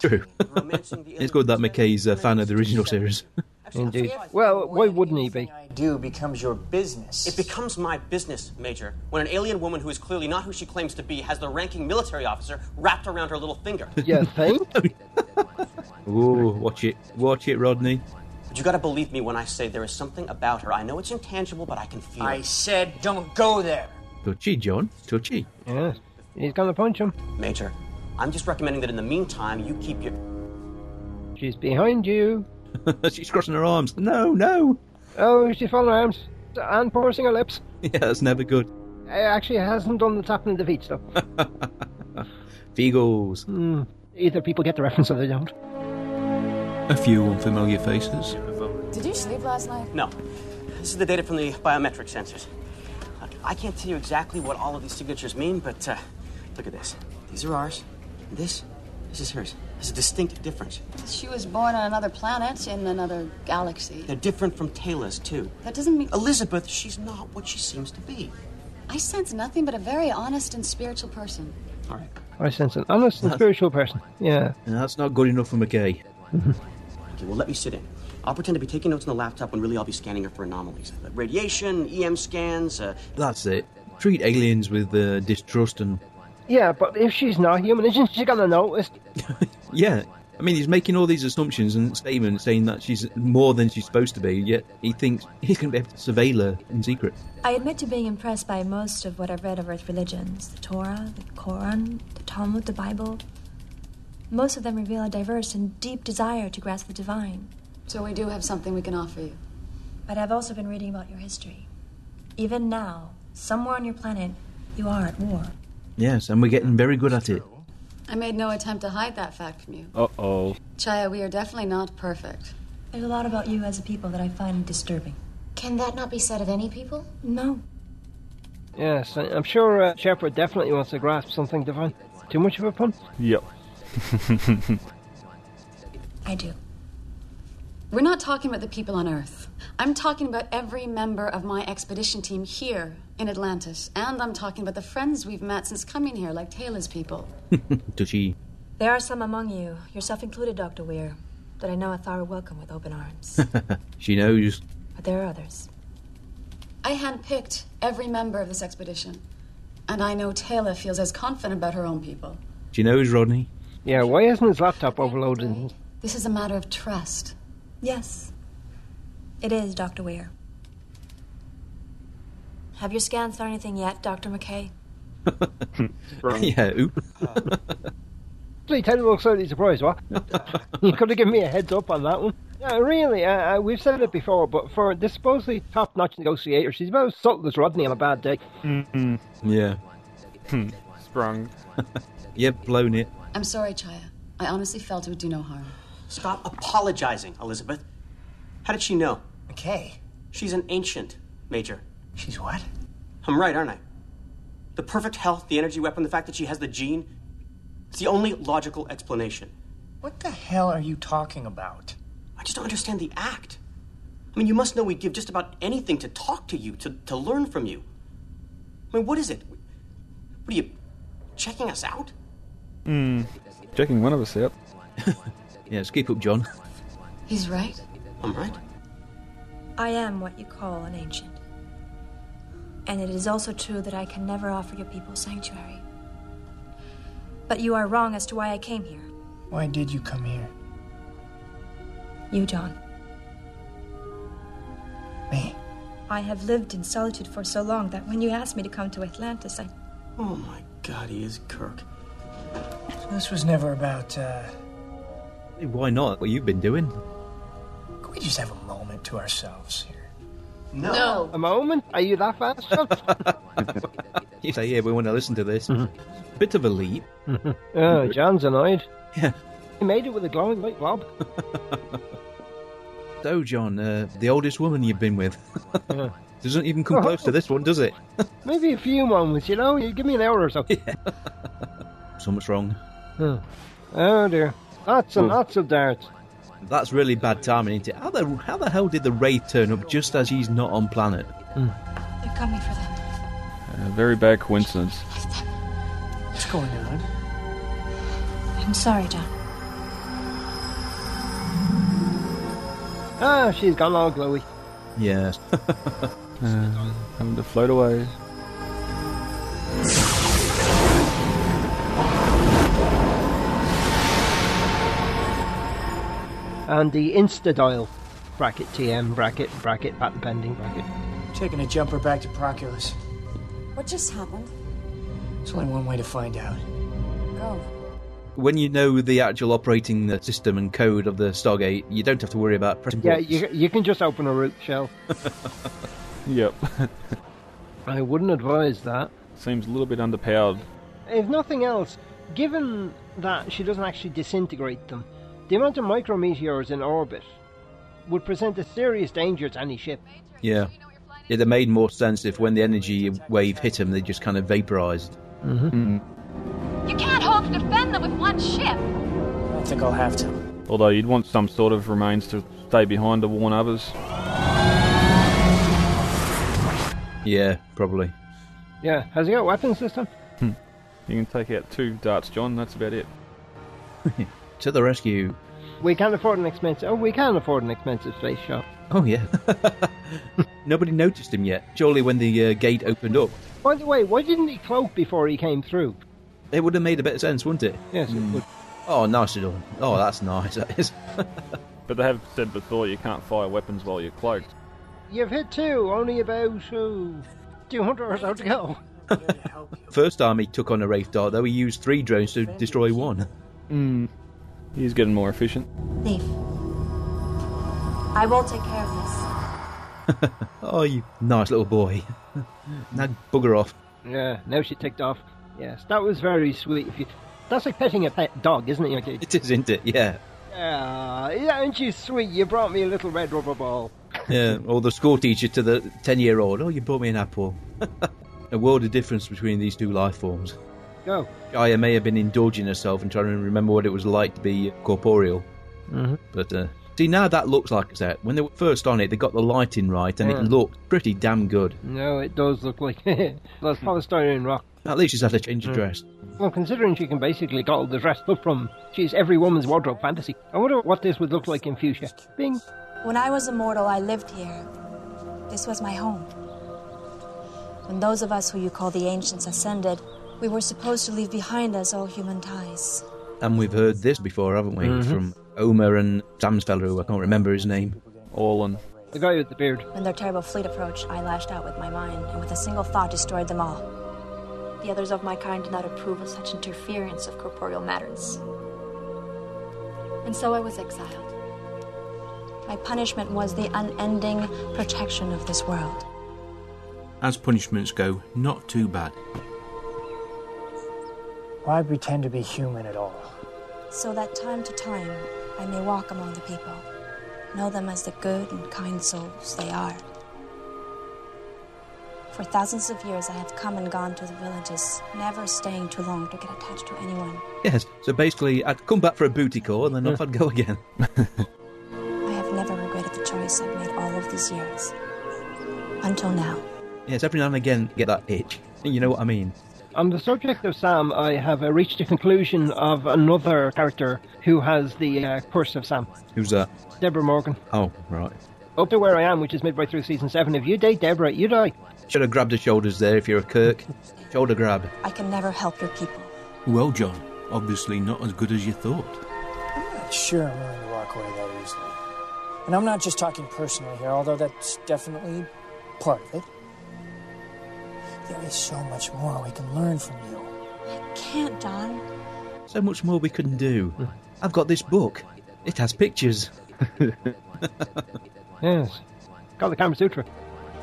[SPEAKER 21] True. it's good that McKay's a fan of the original series.
[SPEAKER 2] Indeed. Well, why wouldn't he be?
[SPEAKER 15] I do becomes your business.
[SPEAKER 11] It becomes my business, Major, when an alien woman who is clearly not who she claims to be has the ranking military officer wrapped around her little
[SPEAKER 15] [laughs]
[SPEAKER 11] finger.
[SPEAKER 2] Yeah, think?
[SPEAKER 21] Ooh, watch it, watch it, Rodney.
[SPEAKER 11] But you gotta believe me when I say there is something about her. I know it's intangible, but I can feel
[SPEAKER 15] I
[SPEAKER 11] it.
[SPEAKER 15] said don't go there.
[SPEAKER 21] Touchy, John, touchy.
[SPEAKER 2] Yes. He's gonna punch him.
[SPEAKER 11] Major, I'm just recommending that in the meantime you keep your.
[SPEAKER 2] She's behind you.
[SPEAKER 21] [laughs] She's crossing her arms. No, no.
[SPEAKER 2] Oh, she's following her arms and pursing her lips.
[SPEAKER 21] [laughs] Yeah, that's never good.
[SPEAKER 2] It actually hasn't done the tapping of the feet, though.
[SPEAKER 21] Beagles.
[SPEAKER 2] Hmm. Either people get the reference or they don't.
[SPEAKER 1] A few unfamiliar faces.
[SPEAKER 17] Did you sleep last night?
[SPEAKER 11] No. This is the data from the biometric sensors. Look, I can't tell you exactly what all of these signatures mean, but uh, look at this. These are ours. This, this is hers. There's a distinct difference.
[SPEAKER 17] She was born on another planet in another galaxy.
[SPEAKER 11] They're different from Taylor's, too.
[SPEAKER 17] That doesn't mean
[SPEAKER 11] Elizabeth, she's not what she seems to be.
[SPEAKER 17] I sense nothing but a very honest and spiritual person.
[SPEAKER 2] I sense an honest and spiritual person. Yeah.
[SPEAKER 21] And that's not good enough for McKay.
[SPEAKER 11] Okay, well, let me sit in. I'll pretend to be taking notes on the laptop when really I'll be scanning her for anomalies. Uh, radiation, EM scans, uh,
[SPEAKER 21] That's it. Treat aliens with uh, distrust and
[SPEAKER 2] Yeah, but if she's not human, isn't she gonna notice?
[SPEAKER 21] yeah. I mean, he's making all these assumptions and statements saying that she's more than she's supposed to be. Yet he thinks he's going to be able to surveil her in secret.
[SPEAKER 16] I admit to being impressed by most of what I've read of Earth religions the Torah, the Koran, the Talmud, the Bible. Most of them reveal a diverse and deep desire to grasp the divine.
[SPEAKER 17] So we do have something we can offer you.
[SPEAKER 16] But I've also been reading about your history. Even now, somewhere on your planet, you are at war.
[SPEAKER 21] Yes, and we're getting very good at it.
[SPEAKER 17] I made no attempt to hide that fact from you.
[SPEAKER 21] Uh [laughs] oh.
[SPEAKER 17] Chaya, we are definitely not perfect.
[SPEAKER 16] There's a lot about you as a people that I find disturbing.
[SPEAKER 10] Can that not be said of any people?
[SPEAKER 16] No.
[SPEAKER 2] Yes, I- I'm sure uh, Shepard definitely wants to grasp something divine. Too much of a pun?
[SPEAKER 3] [laughs] Yep. Uh,
[SPEAKER 16] I do.
[SPEAKER 17] We're not talking about the people on Earth. I'm talking about every member of my expedition team here in Atlantis. And I'm talking about the friends we've met since coming here, like Taylor's people.
[SPEAKER 21] Touchy.
[SPEAKER 16] There are some among you, yourself included, Dr. Weir, that I know Athara welcome with open arms.
[SPEAKER 21] [laughs] She knows.
[SPEAKER 16] but there are others.
[SPEAKER 17] I handpicked every member of this expedition. And I know Taylor feels as confident about her own people.
[SPEAKER 21] She knows, Rodney.
[SPEAKER 2] Yeah, why isn't his laptop overloaded?
[SPEAKER 17] This is a matter of trust.
[SPEAKER 16] Yes, it is, Dr. Weir. Have your scans found anything yet, Dr. McKay?
[SPEAKER 21] [laughs] yeah.
[SPEAKER 1] [laughs]
[SPEAKER 21] Oop.
[SPEAKER 1] Ah.
[SPEAKER 2] Please, Taylor looks slightly surprised, what? you could have given me a heads up on that one. Yeah, really, uh, uh, we've said it before, but for this supposedly top notch negotiator, she's about as subtle as Rodney on a bad day. Mm-hmm.
[SPEAKER 1] Mm-mm. Yeah.
[SPEAKER 2] Hmm.
[SPEAKER 3] Sprung.
[SPEAKER 1] [laughs] yep, blown it.
[SPEAKER 17] I'm sorry, Chaya. I honestly felt it would do no harm.
[SPEAKER 11] Stop apologizing, Elizabeth. How did she know?
[SPEAKER 22] McKay.
[SPEAKER 11] She's an ancient, Major.
[SPEAKER 22] She's what?
[SPEAKER 11] I'm right, aren't I? The perfect health, the energy weapon, the fact that she has the gene. It's the only logical explanation.
[SPEAKER 15] What the hell are you talking about?
[SPEAKER 11] I just don't understand the act. I mean, you must know we'd give just about anything to talk to you, to, to learn from you. I mean, what is it? What are you checking us out?
[SPEAKER 3] Hmm. Checking one of us out.
[SPEAKER 1] [laughs] Yeah, let's keep up, John.
[SPEAKER 17] He's right.
[SPEAKER 11] I'm right.
[SPEAKER 16] I am what you call an ancient. And it is also true that I can never offer your people sanctuary. But you are wrong as to why I came here.
[SPEAKER 15] Why did you come here?
[SPEAKER 16] You, John.
[SPEAKER 15] Me?
[SPEAKER 16] I have lived in solitude for so long that when you asked me to come to Atlantis, I.
[SPEAKER 11] Oh my god, he is Kirk.
[SPEAKER 15] So this was never about, uh.
[SPEAKER 1] Hey, Why not? What you've been doing?
[SPEAKER 15] Can we just have a moment to ourselves here?
[SPEAKER 11] No.
[SPEAKER 2] A moment? Are you that fast?
[SPEAKER 1] You say, yeah, we want to listen to this. Bit of a leap.
[SPEAKER 2] Mm-hmm. [laughs] oh, John's annoyed.
[SPEAKER 1] Yeah.
[SPEAKER 2] He made it with a glowing white blob.
[SPEAKER 1] So, John, uh, the oldest woman you've been with [laughs] doesn't even
[SPEAKER 2] Oh.
[SPEAKER 1] come close to this one, does it?
[SPEAKER 2] Maybe a few moments, you know? You give me an hour or so.
[SPEAKER 1] So much wrong.
[SPEAKER 2] Oh. Oh, dear. Lots and lots of darts.
[SPEAKER 1] That's really bad timing, isn't it? How the how the hell did the wraith turn up just as he's not on planet?
[SPEAKER 16] They're coming for them.
[SPEAKER 3] Uh, very bad coincidence.
[SPEAKER 15] [laughs] What's going on?
[SPEAKER 16] I'm sorry, John.
[SPEAKER 2] Ah, she's gone all glowy.
[SPEAKER 1] Yes.
[SPEAKER 3] [laughs] Uh, having to float away.
[SPEAKER 2] And the Instadial. Bracket TM, bracket, bracket, patent pending, bracket.
[SPEAKER 15] Taking a jumper back to Proculus.
[SPEAKER 17] What just happened?
[SPEAKER 15] There's only one way to find out.
[SPEAKER 17] Go.
[SPEAKER 1] When you know the actual operating uh, system and code of the Stargate, you don't have to worry about pressing
[SPEAKER 2] Yeah,
[SPEAKER 1] buttons.
[SPEAKER 2] you, you can just open a root shell. [laughs]
[SPEAKER 3] Yep.
[SPEAKER 2] I wouldn't advise that.
[SPEAKER 3] Seems a little bit underpowered.
[SPEAKER 2] If nothing else, given that she doesn't actually disintegrate them, the amount of micrometeors in orbit would present a serious danger to any ship.
[SPEAKER 1] Yeah. It made more sense if when the energy wave hit them, they just kind of vaporized.
[SPEAKER 2] Mm-hmm.
[SPEAKER 23] You can't hope to defend them with one ship.
[SPEAKER 15] I don't think I'll have to.
[SPEAKER 3] Although you'd want some sort of remains to stay behind to warn others.
[SPEAKER 1] Yeah, probably.
[SPEAKER 2] Yeah, has he got weapons this time?
[SPEAKER 3] You can take out two darts, John. That's about it.
[SPEAKER 1] To the rescue.
[SPEAKER 2] We can't afford an expensive. Oh, we can afford an expensive space shop.
[SPEAKER 1] Oh, yeah. [laughs] Nobody noticed him yet. Surely when the uh, gate opened up,
[SPEAKER 2] By the way, why didn't he cloak before he came through?
[SPEAKER 1] it would have made a bit of sense, wouldn't it?
[SPEAKER 2] Yes, it would.
[SPEAKER 1] Oh, nice done. Oh, that's nice. That is. [laughs]
[SPEAKER 3] But they have said before you can't fire weapons while you're cloaked.
[SPEAKER 2] You've hit two, only about uh, 200 or so to go.
[SPEAKER 1] First time he took on a Wraith Dart, though, he used three drones to destroy one.
[SPEAKER 3] Hmm. He's getting more efficient.
[SPEAKER 16] Leave. I will take care of this.
[SPEAKER 1] [laughs] Oh, you nice
[SPEAKER 3] [laughs]
[SPEAKER 1] little boy. now bugger off.
[SPEAKER 2] Yeah, now she ticked off. Yes, that was very sweet. If you, that's like petting a pet dog, isn't it? Like,
[SPEAKER 1] It is, isn't it? Yeah.
[SPEAKER 2] [laughs] yeah, yeah, aren't you sweet? You brought me a little red rubber ball.
[SPEAKER 1] Yeah. Or the school teacher to the 10 year old, oh, you brought me an apple. [laughs] a world of difference between these two life forms.
[SPEAKER 2] Go.
[SPEAKER 1] Gaia may have been indulging herself and trying to remember what it was like to be corporeal.
[SPEAKER 2] Mhm.
[SPEAKER 1] But uh, see, now that looks like a set. When they were first on it, they got the lighting right and
[SPEAKER 2] Yeah.
[SPEAKER 1] it looked pretty damn good.
[SPEAKER 2] No, it does look like [laughs] that's polystyrene rock.
[SPEAKER 1] At least she's had to change her
[SPEAKER 2] Mm.
[SPEAKER 1] dress.
[SPEAKER 2] Well, considering she can basically call the dress up from she's every woman's wardrobe fantasy, I wonder what this would look like in fuchsia. Bing.
[SPEAKER 16] When I was immortal, I lived here. This was my home. When those of us who you call the ancients ascended, we were supposed to leave behind us all human ties.
[SPEAKER 1] And we've heard this before, haven't we?
[SPEAKER 24] Mm-hmm.
[SPEAKER 2] Mhm.
[SPEAKER 1] From Omer and Sam's fella, who I can't remember his name.
[SPEAKER 3] Orlan.
[SPEAKER 2] The guy with the beard.
[SPEAKER 16] When their terrible fleet approached, I lashed out with my mind and with a single thought destroyed them all. The others of my kind did not approve of such interference of corporeal matters.
[SPEAKER 23] And so I was exiled.
[SPEAKER 16] My punishment was the unending protection of this world.
[SPEAKER 24] As punishments go, not too bad.
[SPEAKER 15] Why pretend to be human at all?
[SPEAKER 16] So that time to time I may walk among the people, know them as the good and kind souls they are. For thousands of years I have come and gone to the villages, never staying too long to get attached to anyone.
[SPEAKER 1] Yes, so basically, I'd come back for a booty call and then off I'd
[SPEAKER 24] [laughs]
[SPEAKER 1] go again.
[SPEAKER 16] I have never regretted the choice I've made all of these years. Until now.
[SPEAKER 1] yes, every now and again, get that itch. You know what I mean?
[SPEAKER 2] On the subject of Sam, I have uh, reached a conclusion of another character who has the uh, curse of Sam.
[SPEAKER 1] Who's that?
[SPEAKER 2] Deborah Morgan.
[SPEAKER 1] Oh, right.
[SPEAKER 2] Up to where I am, which is midway through season seven. If you date Deborah, you die.
[SPEAKER 1] Should have grabbed her shoulders there if you're a Kirk. Shoulder grab.
[SPEAKER 16] I can never help your people.
[SPEAKER 24] Well, John, obviously not as good as you thought.
[SPEAKER 15] Sure, I'm willing to walk away that easily. And I'm not just talking personally here, although that's definitely part of it. There is so much more we can learn from you.
[SPEAKER 16] Can't, Don.
[SPEAKER 1] So much more we couldn't do. I've got this book. It has pictures.
[SPEAKER 2] yes. Got the Kama Sutra.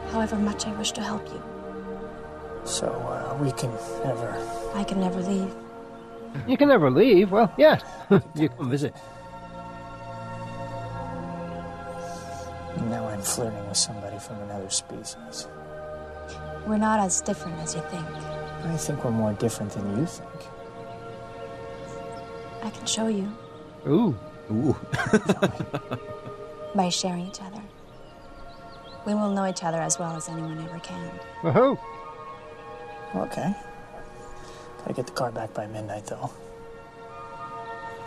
[SPEAKER 16] However much I wish to help you,
[SPEAKER 15] So uh, we can never.
[SPEAKER 16] I can never leave.
[SPEAKER 2] You can never leave. Well, yes, [laughs] you can visit.
[SPEAKER 15] Now I'm flirting with somebody from another species.
[SPEAKER 16] We're not as different as you think.
[SPEAKER 15] I think we're more different than you think.
[SPEAKER 16] I can show you
[SPEAKER 2] Ooh.
[SPEAKER 1] Ooh.
[SPEAKER 16] by sharing each other. We will know each other as well as anyone ever can.
[SPEAKER 2] Woohoo!
[SPEAKER 15] Okay. Gotta get the car back by midnight, though.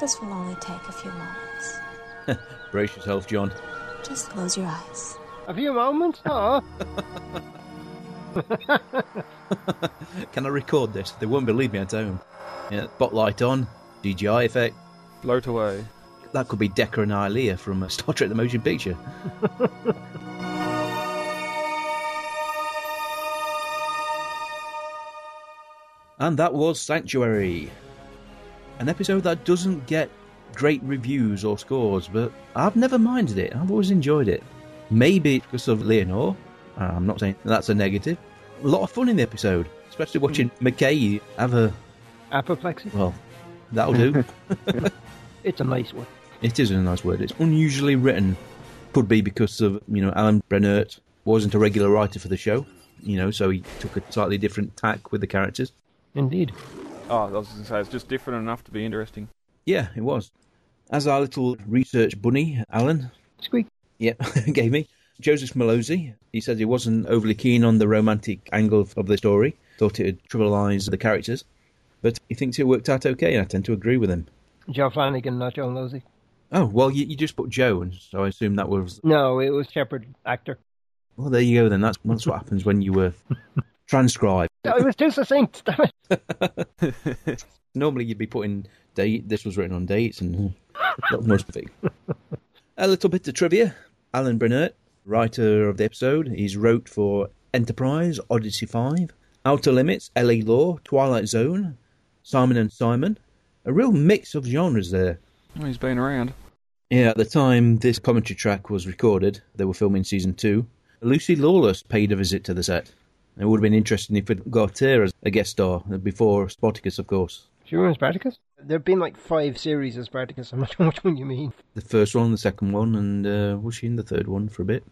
[SPEAKER 16] This will only take a few moments.
[SPEAKER 1] [laughs] Brace yourself, John.
[SPEAKER 16] Just close your eyes.
[SPEAKER 2] A few moments?
[SPEAKER 1] [laughs]
[SPEAKER 2] Oh.
[SPEAKER 1] Can I record this? They won't believe me at home. Yeah, spotlight on, DJI effect.
[SPEAKER 3] Float away.
[SPEAKER 1] That could be Decker and Ilea from uh, Star Trek The
[SPEAKER 3] [laughs]
[SPEAKER 1] Motion Picture. and that was Sanctuary. An episode that doesn't get great reviews or scores, but I've never minded it. I've always enjoyed it. Maybe it's because of Leonore. Uh, I'm not saying that's a negative. A lot of fun in the episode, especially watching McKay have a.
[SPEAKER 2] Apoplexy?
[SPEAKER 1] Well, that'll do.
[SPEAKER 2] [laughs] It's a nice one.
[SPEAKER 1] It is a nice word. It's unusually written. Could be because of, you know, Alan Brennert wasn't a regular writer for the show, you know, so he took a slightly different tack with the characters.
[SPEAKER 2] Indeed.
[SPEAKER 3] Oh, I was going to say, it's just different enough to be interesting.
[SPEAKER 1] Yeah, it was. As our little research bunny, Alan.
[SPEAKER 2] Squeak.
[SPEAKER 1] [laughs] Yep, gave me. Joseph Malozzi. He said he wasn't overly keen on the romantic angle of the story, thought it would trivialise the characters, but he thinks it worked out okay, and I tend to agree with him.
[SPEAKER 2] Joe Flanagan, not John Losey.
[SPEAKER 1] Oh, well, you, you just put Joe, and so I assume that was
[SPEAKER 2] No, it was Shepard, actor.
[SPEAKER 1] Well, there you go. Then that's that's what happens when you uh, were transcribed.
[SPEAKER 2] No, it was too succinct. Damn
[SPEAKER 1] [laughs]
[SPEAKER 2] it.
[SPEAKER 1] Normally, you'd be putting date. This was written on dates, and [laughs] that was big. A little bit of trivia: Alan Burnett, writer of the episode, he's wrote for Enterprise, Odyssey Five, Outer Limits, L.A. Law, Twilight Zone, Simon and Simon. A real mix of genres there.
[SPEAKER 3] Well, he's been around.
[SPEAKER 1] Yeah, at the time this commentary track was recorded, they were filming season two. Lucy Lawless paid a visit to the set. It would have been interesting if it got her as a guest star before Spartacus, of course.
[SPEAKER 2] She was in Spartacus? There have been like five series of Spartacus. I'm not sure which one you mean.
[SPEAKER 1] The first one, the second one, and uh, was she in the third one for a bit?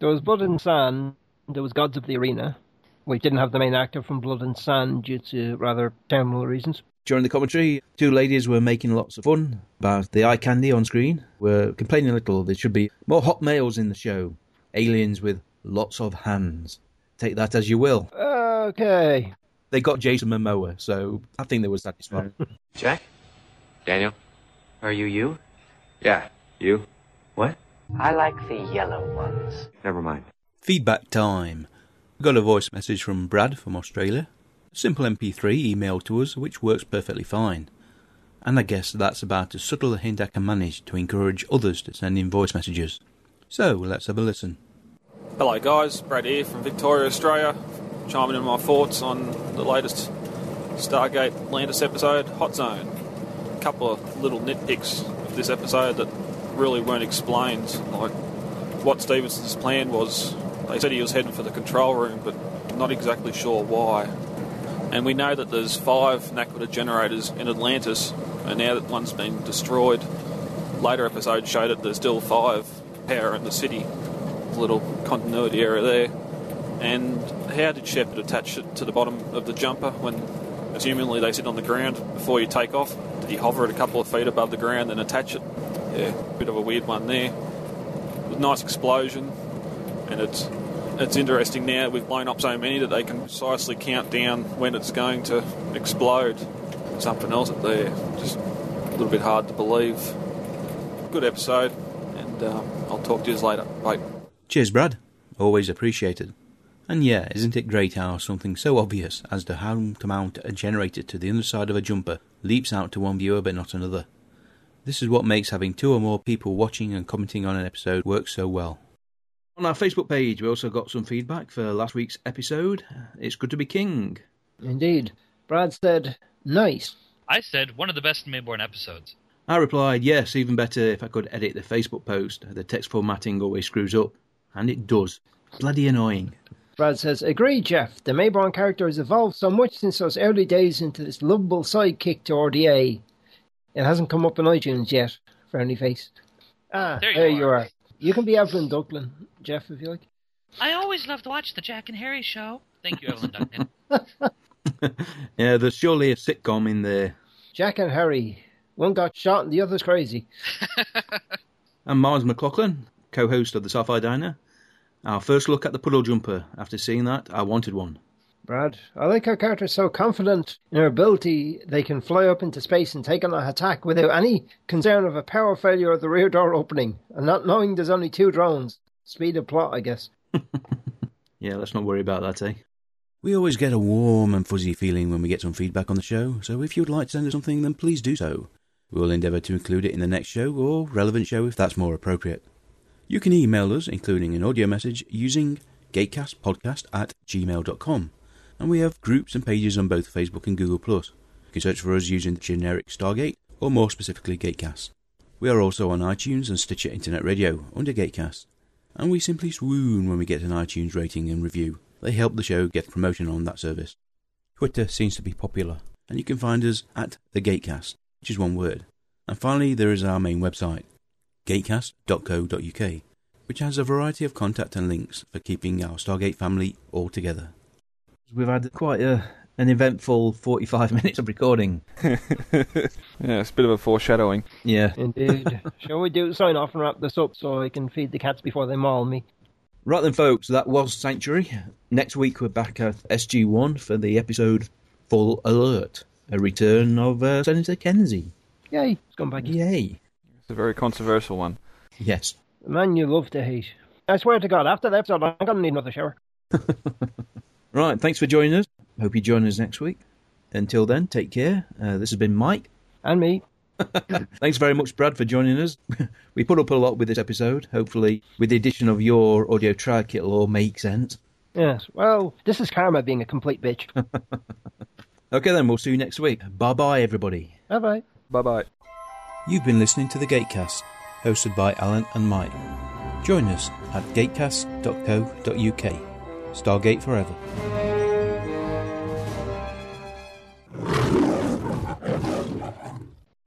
[SPEAKER 2] There was Blood and Sand. There was Gods of the Arena. We didn't have the main actor from Blood and Sand due to rather terminal reasons.
[SPEAKER 1] During the commentary, two ladies were making lots of fun about the eye candy on screen. Were complaining a little. There should be more hot males in the show. Aliens with lots of hands. Take that as you will.
[SPEAKER 2] Okay.
[SPEAKER 1] They got Jason Momoa, so I think they were satisfied.
[SPEAKER 18] Jack? Daniel? Are you you? Yeah, you. What? I like the yellow ones. Never mind.
[SPEAKER 24] Feedback time. Got a voice message from Brad from Australia. Simple MP3 emailed to us, which works perfectly fine. And I guess that's about as subtle a hint I can manage to encourage others to send in voice messages. So let's have a listen.
[SPEAKER 25] Hello, guys. Brad here from Victoria, Australia, chiming in my thoughts on the latest Stargate Landis episode, Hot Zone. A couple of little nitpicks of this episode that really weren't explained. Like what Stevenson's plan was, they said he was heading for the control room, but not exactly sure why. And we know that there's five Nakwita generators in Atlantis, and now that one's been destroyed, later episodes show that there's still five power in the city. A little continuity error there. And how did Shepard attach it to the bottom of the jumper when, assumingly, they sit on the ground before you take off? Did he hover it a couple of feet above the ground and attach it? Yeah, bit of a weird one there. Nice explosion, and it's it's interesting now we've blown up so many that they can precisely count down when it's going to explode. Something else up there, just a little bit hard to believe. Good episode, and um, I'll talk to you later. Bye.
[SPEAKER 1] Cheers, Brad. Always appreciated. And yeah, isn't it great how something so obvious as to how to mount a generator to the underside of a jumper leaps out to one viewer but not another? This is what makes having two or more people watching and commenting on an episode work so well.
[SPEAKER 21] On our Facebook page, we also got some feedback for last week's episode. It's good to be king.
[SPEAKER 2] Indeed. Brad said, nice.
[SPEAKER 6] I said one of the best Mayborn episodes.
[SPEAKER 21] I replied, yes, even better if I could edit the Facebook post. The text formatting always screws up. And it does. Bloody annoying.
[SPEAKER 2] Brad says, agree, Jeff. The Mayborn character has evolved so much since those early days into this lovable sidekick to RDA. It hasn't come up on iTunes yet, frowny face. Ah, there
[SPEAKER 6] you
[SPEAKER 2] you, are. You can be Evelyn Duglin, Jeff, if you like.
[SPEAKER 6] I always love to watch the Jack and Harry show. Thank you, Evelyn Duncan.
[SPEAKER 21] Yeah, there's surely a sitcom in there.
[SPEAKER 2] Jack and Harry. One got shot and the other's crazy.
[SPEAKER 21] And Mars McLaughlin, co host of the Sapphire Diner. Our first look at the puddle jumper. After seeing that, I wanted one.
[SPEAKER 2] Brad, I like how characters so confident in their ability they can fly up into space and take on an attack without any concern of a power failure or the rear door opening, and not knowing there's only two drones. Speed of plot, I guess.
[SPEAKER 21] Yeah, let's not worry about that, eh?
[SPEAKER 1] We always get a warm and fuzzy feeling when we get some feedback on the show, so if you would like to send us something, then please do so. We will endeavour to include it in the next show or relevant show if that's more appropriate. You can email us, including an audio message, using gatecastpodcast at gmail.com. And we have groups and pages on both Facebook and Google. Plus. You can search for us using the generic Stargate, or more specifically, Gatecast. We are also on iTunes and Stitcher Internet Radio under Gatecast. And we simply swoon when we get an iTunes rating and review. They help the show get promotion on that service. Twitter seems to be popular, and you can find us at The Gatecast, which is one word. And finally, there is our main website, gatecast.co.uk, which has a variety of contact and links for keeping our Stargate family all together.
[SPEAKER 21] We've had quite a, an eventful 45 [laughs] minutes of recording.
[SPEAKER 3] Yeah, it's a bit of a foreshadowing.
[SPEAKER 21] Yeah.
[SPEAKER 2] Indeed. [laughs] Shall we do sign off and wrap this up so I can feed the cats before they maul me?
[SPEAKER 21] Right then, folks, that was Sanctuary. Next week, we're back at SG1 for the episode Full Alert, a return of uh, Senator Kenzie.
[SPEAKER 2] Yay, it's gone back.
[SPEAKER 21] Yay.
[SPEAKER 3] It's a very controversial one.
[SPEAKER 21] Yes.
[SPEAKER 2] The man you love to hate. I swear to God, after that episode, I'm going to need another shower.
[SPEAKER 21] Right, thanks for joining us. Hope you join us next week. Until then, take care. Uh, this has been Mike.
[SPEAKER 2] And me.
[SPEAKER 21] [laughs] thanks very much, Brad, for joining us. [laughs] we put up a lot with this episode. Hopefully, with the addition of your audio track, it'll all make sense.
[SPEAKER 2] Yes, well, this is karma being a complete bitch.
[SPEAKER 21] Okay, then, we'll see you next week. Bye bye, everybody.
[SPEAKER 2] bye bye.
[SPEAKER 3] Bye bye.
[SPEAKER 1] You've been listening to The Gatecast, hosted by Alan and Mike. Join us at gatecast.co.uk. Stargate Forever.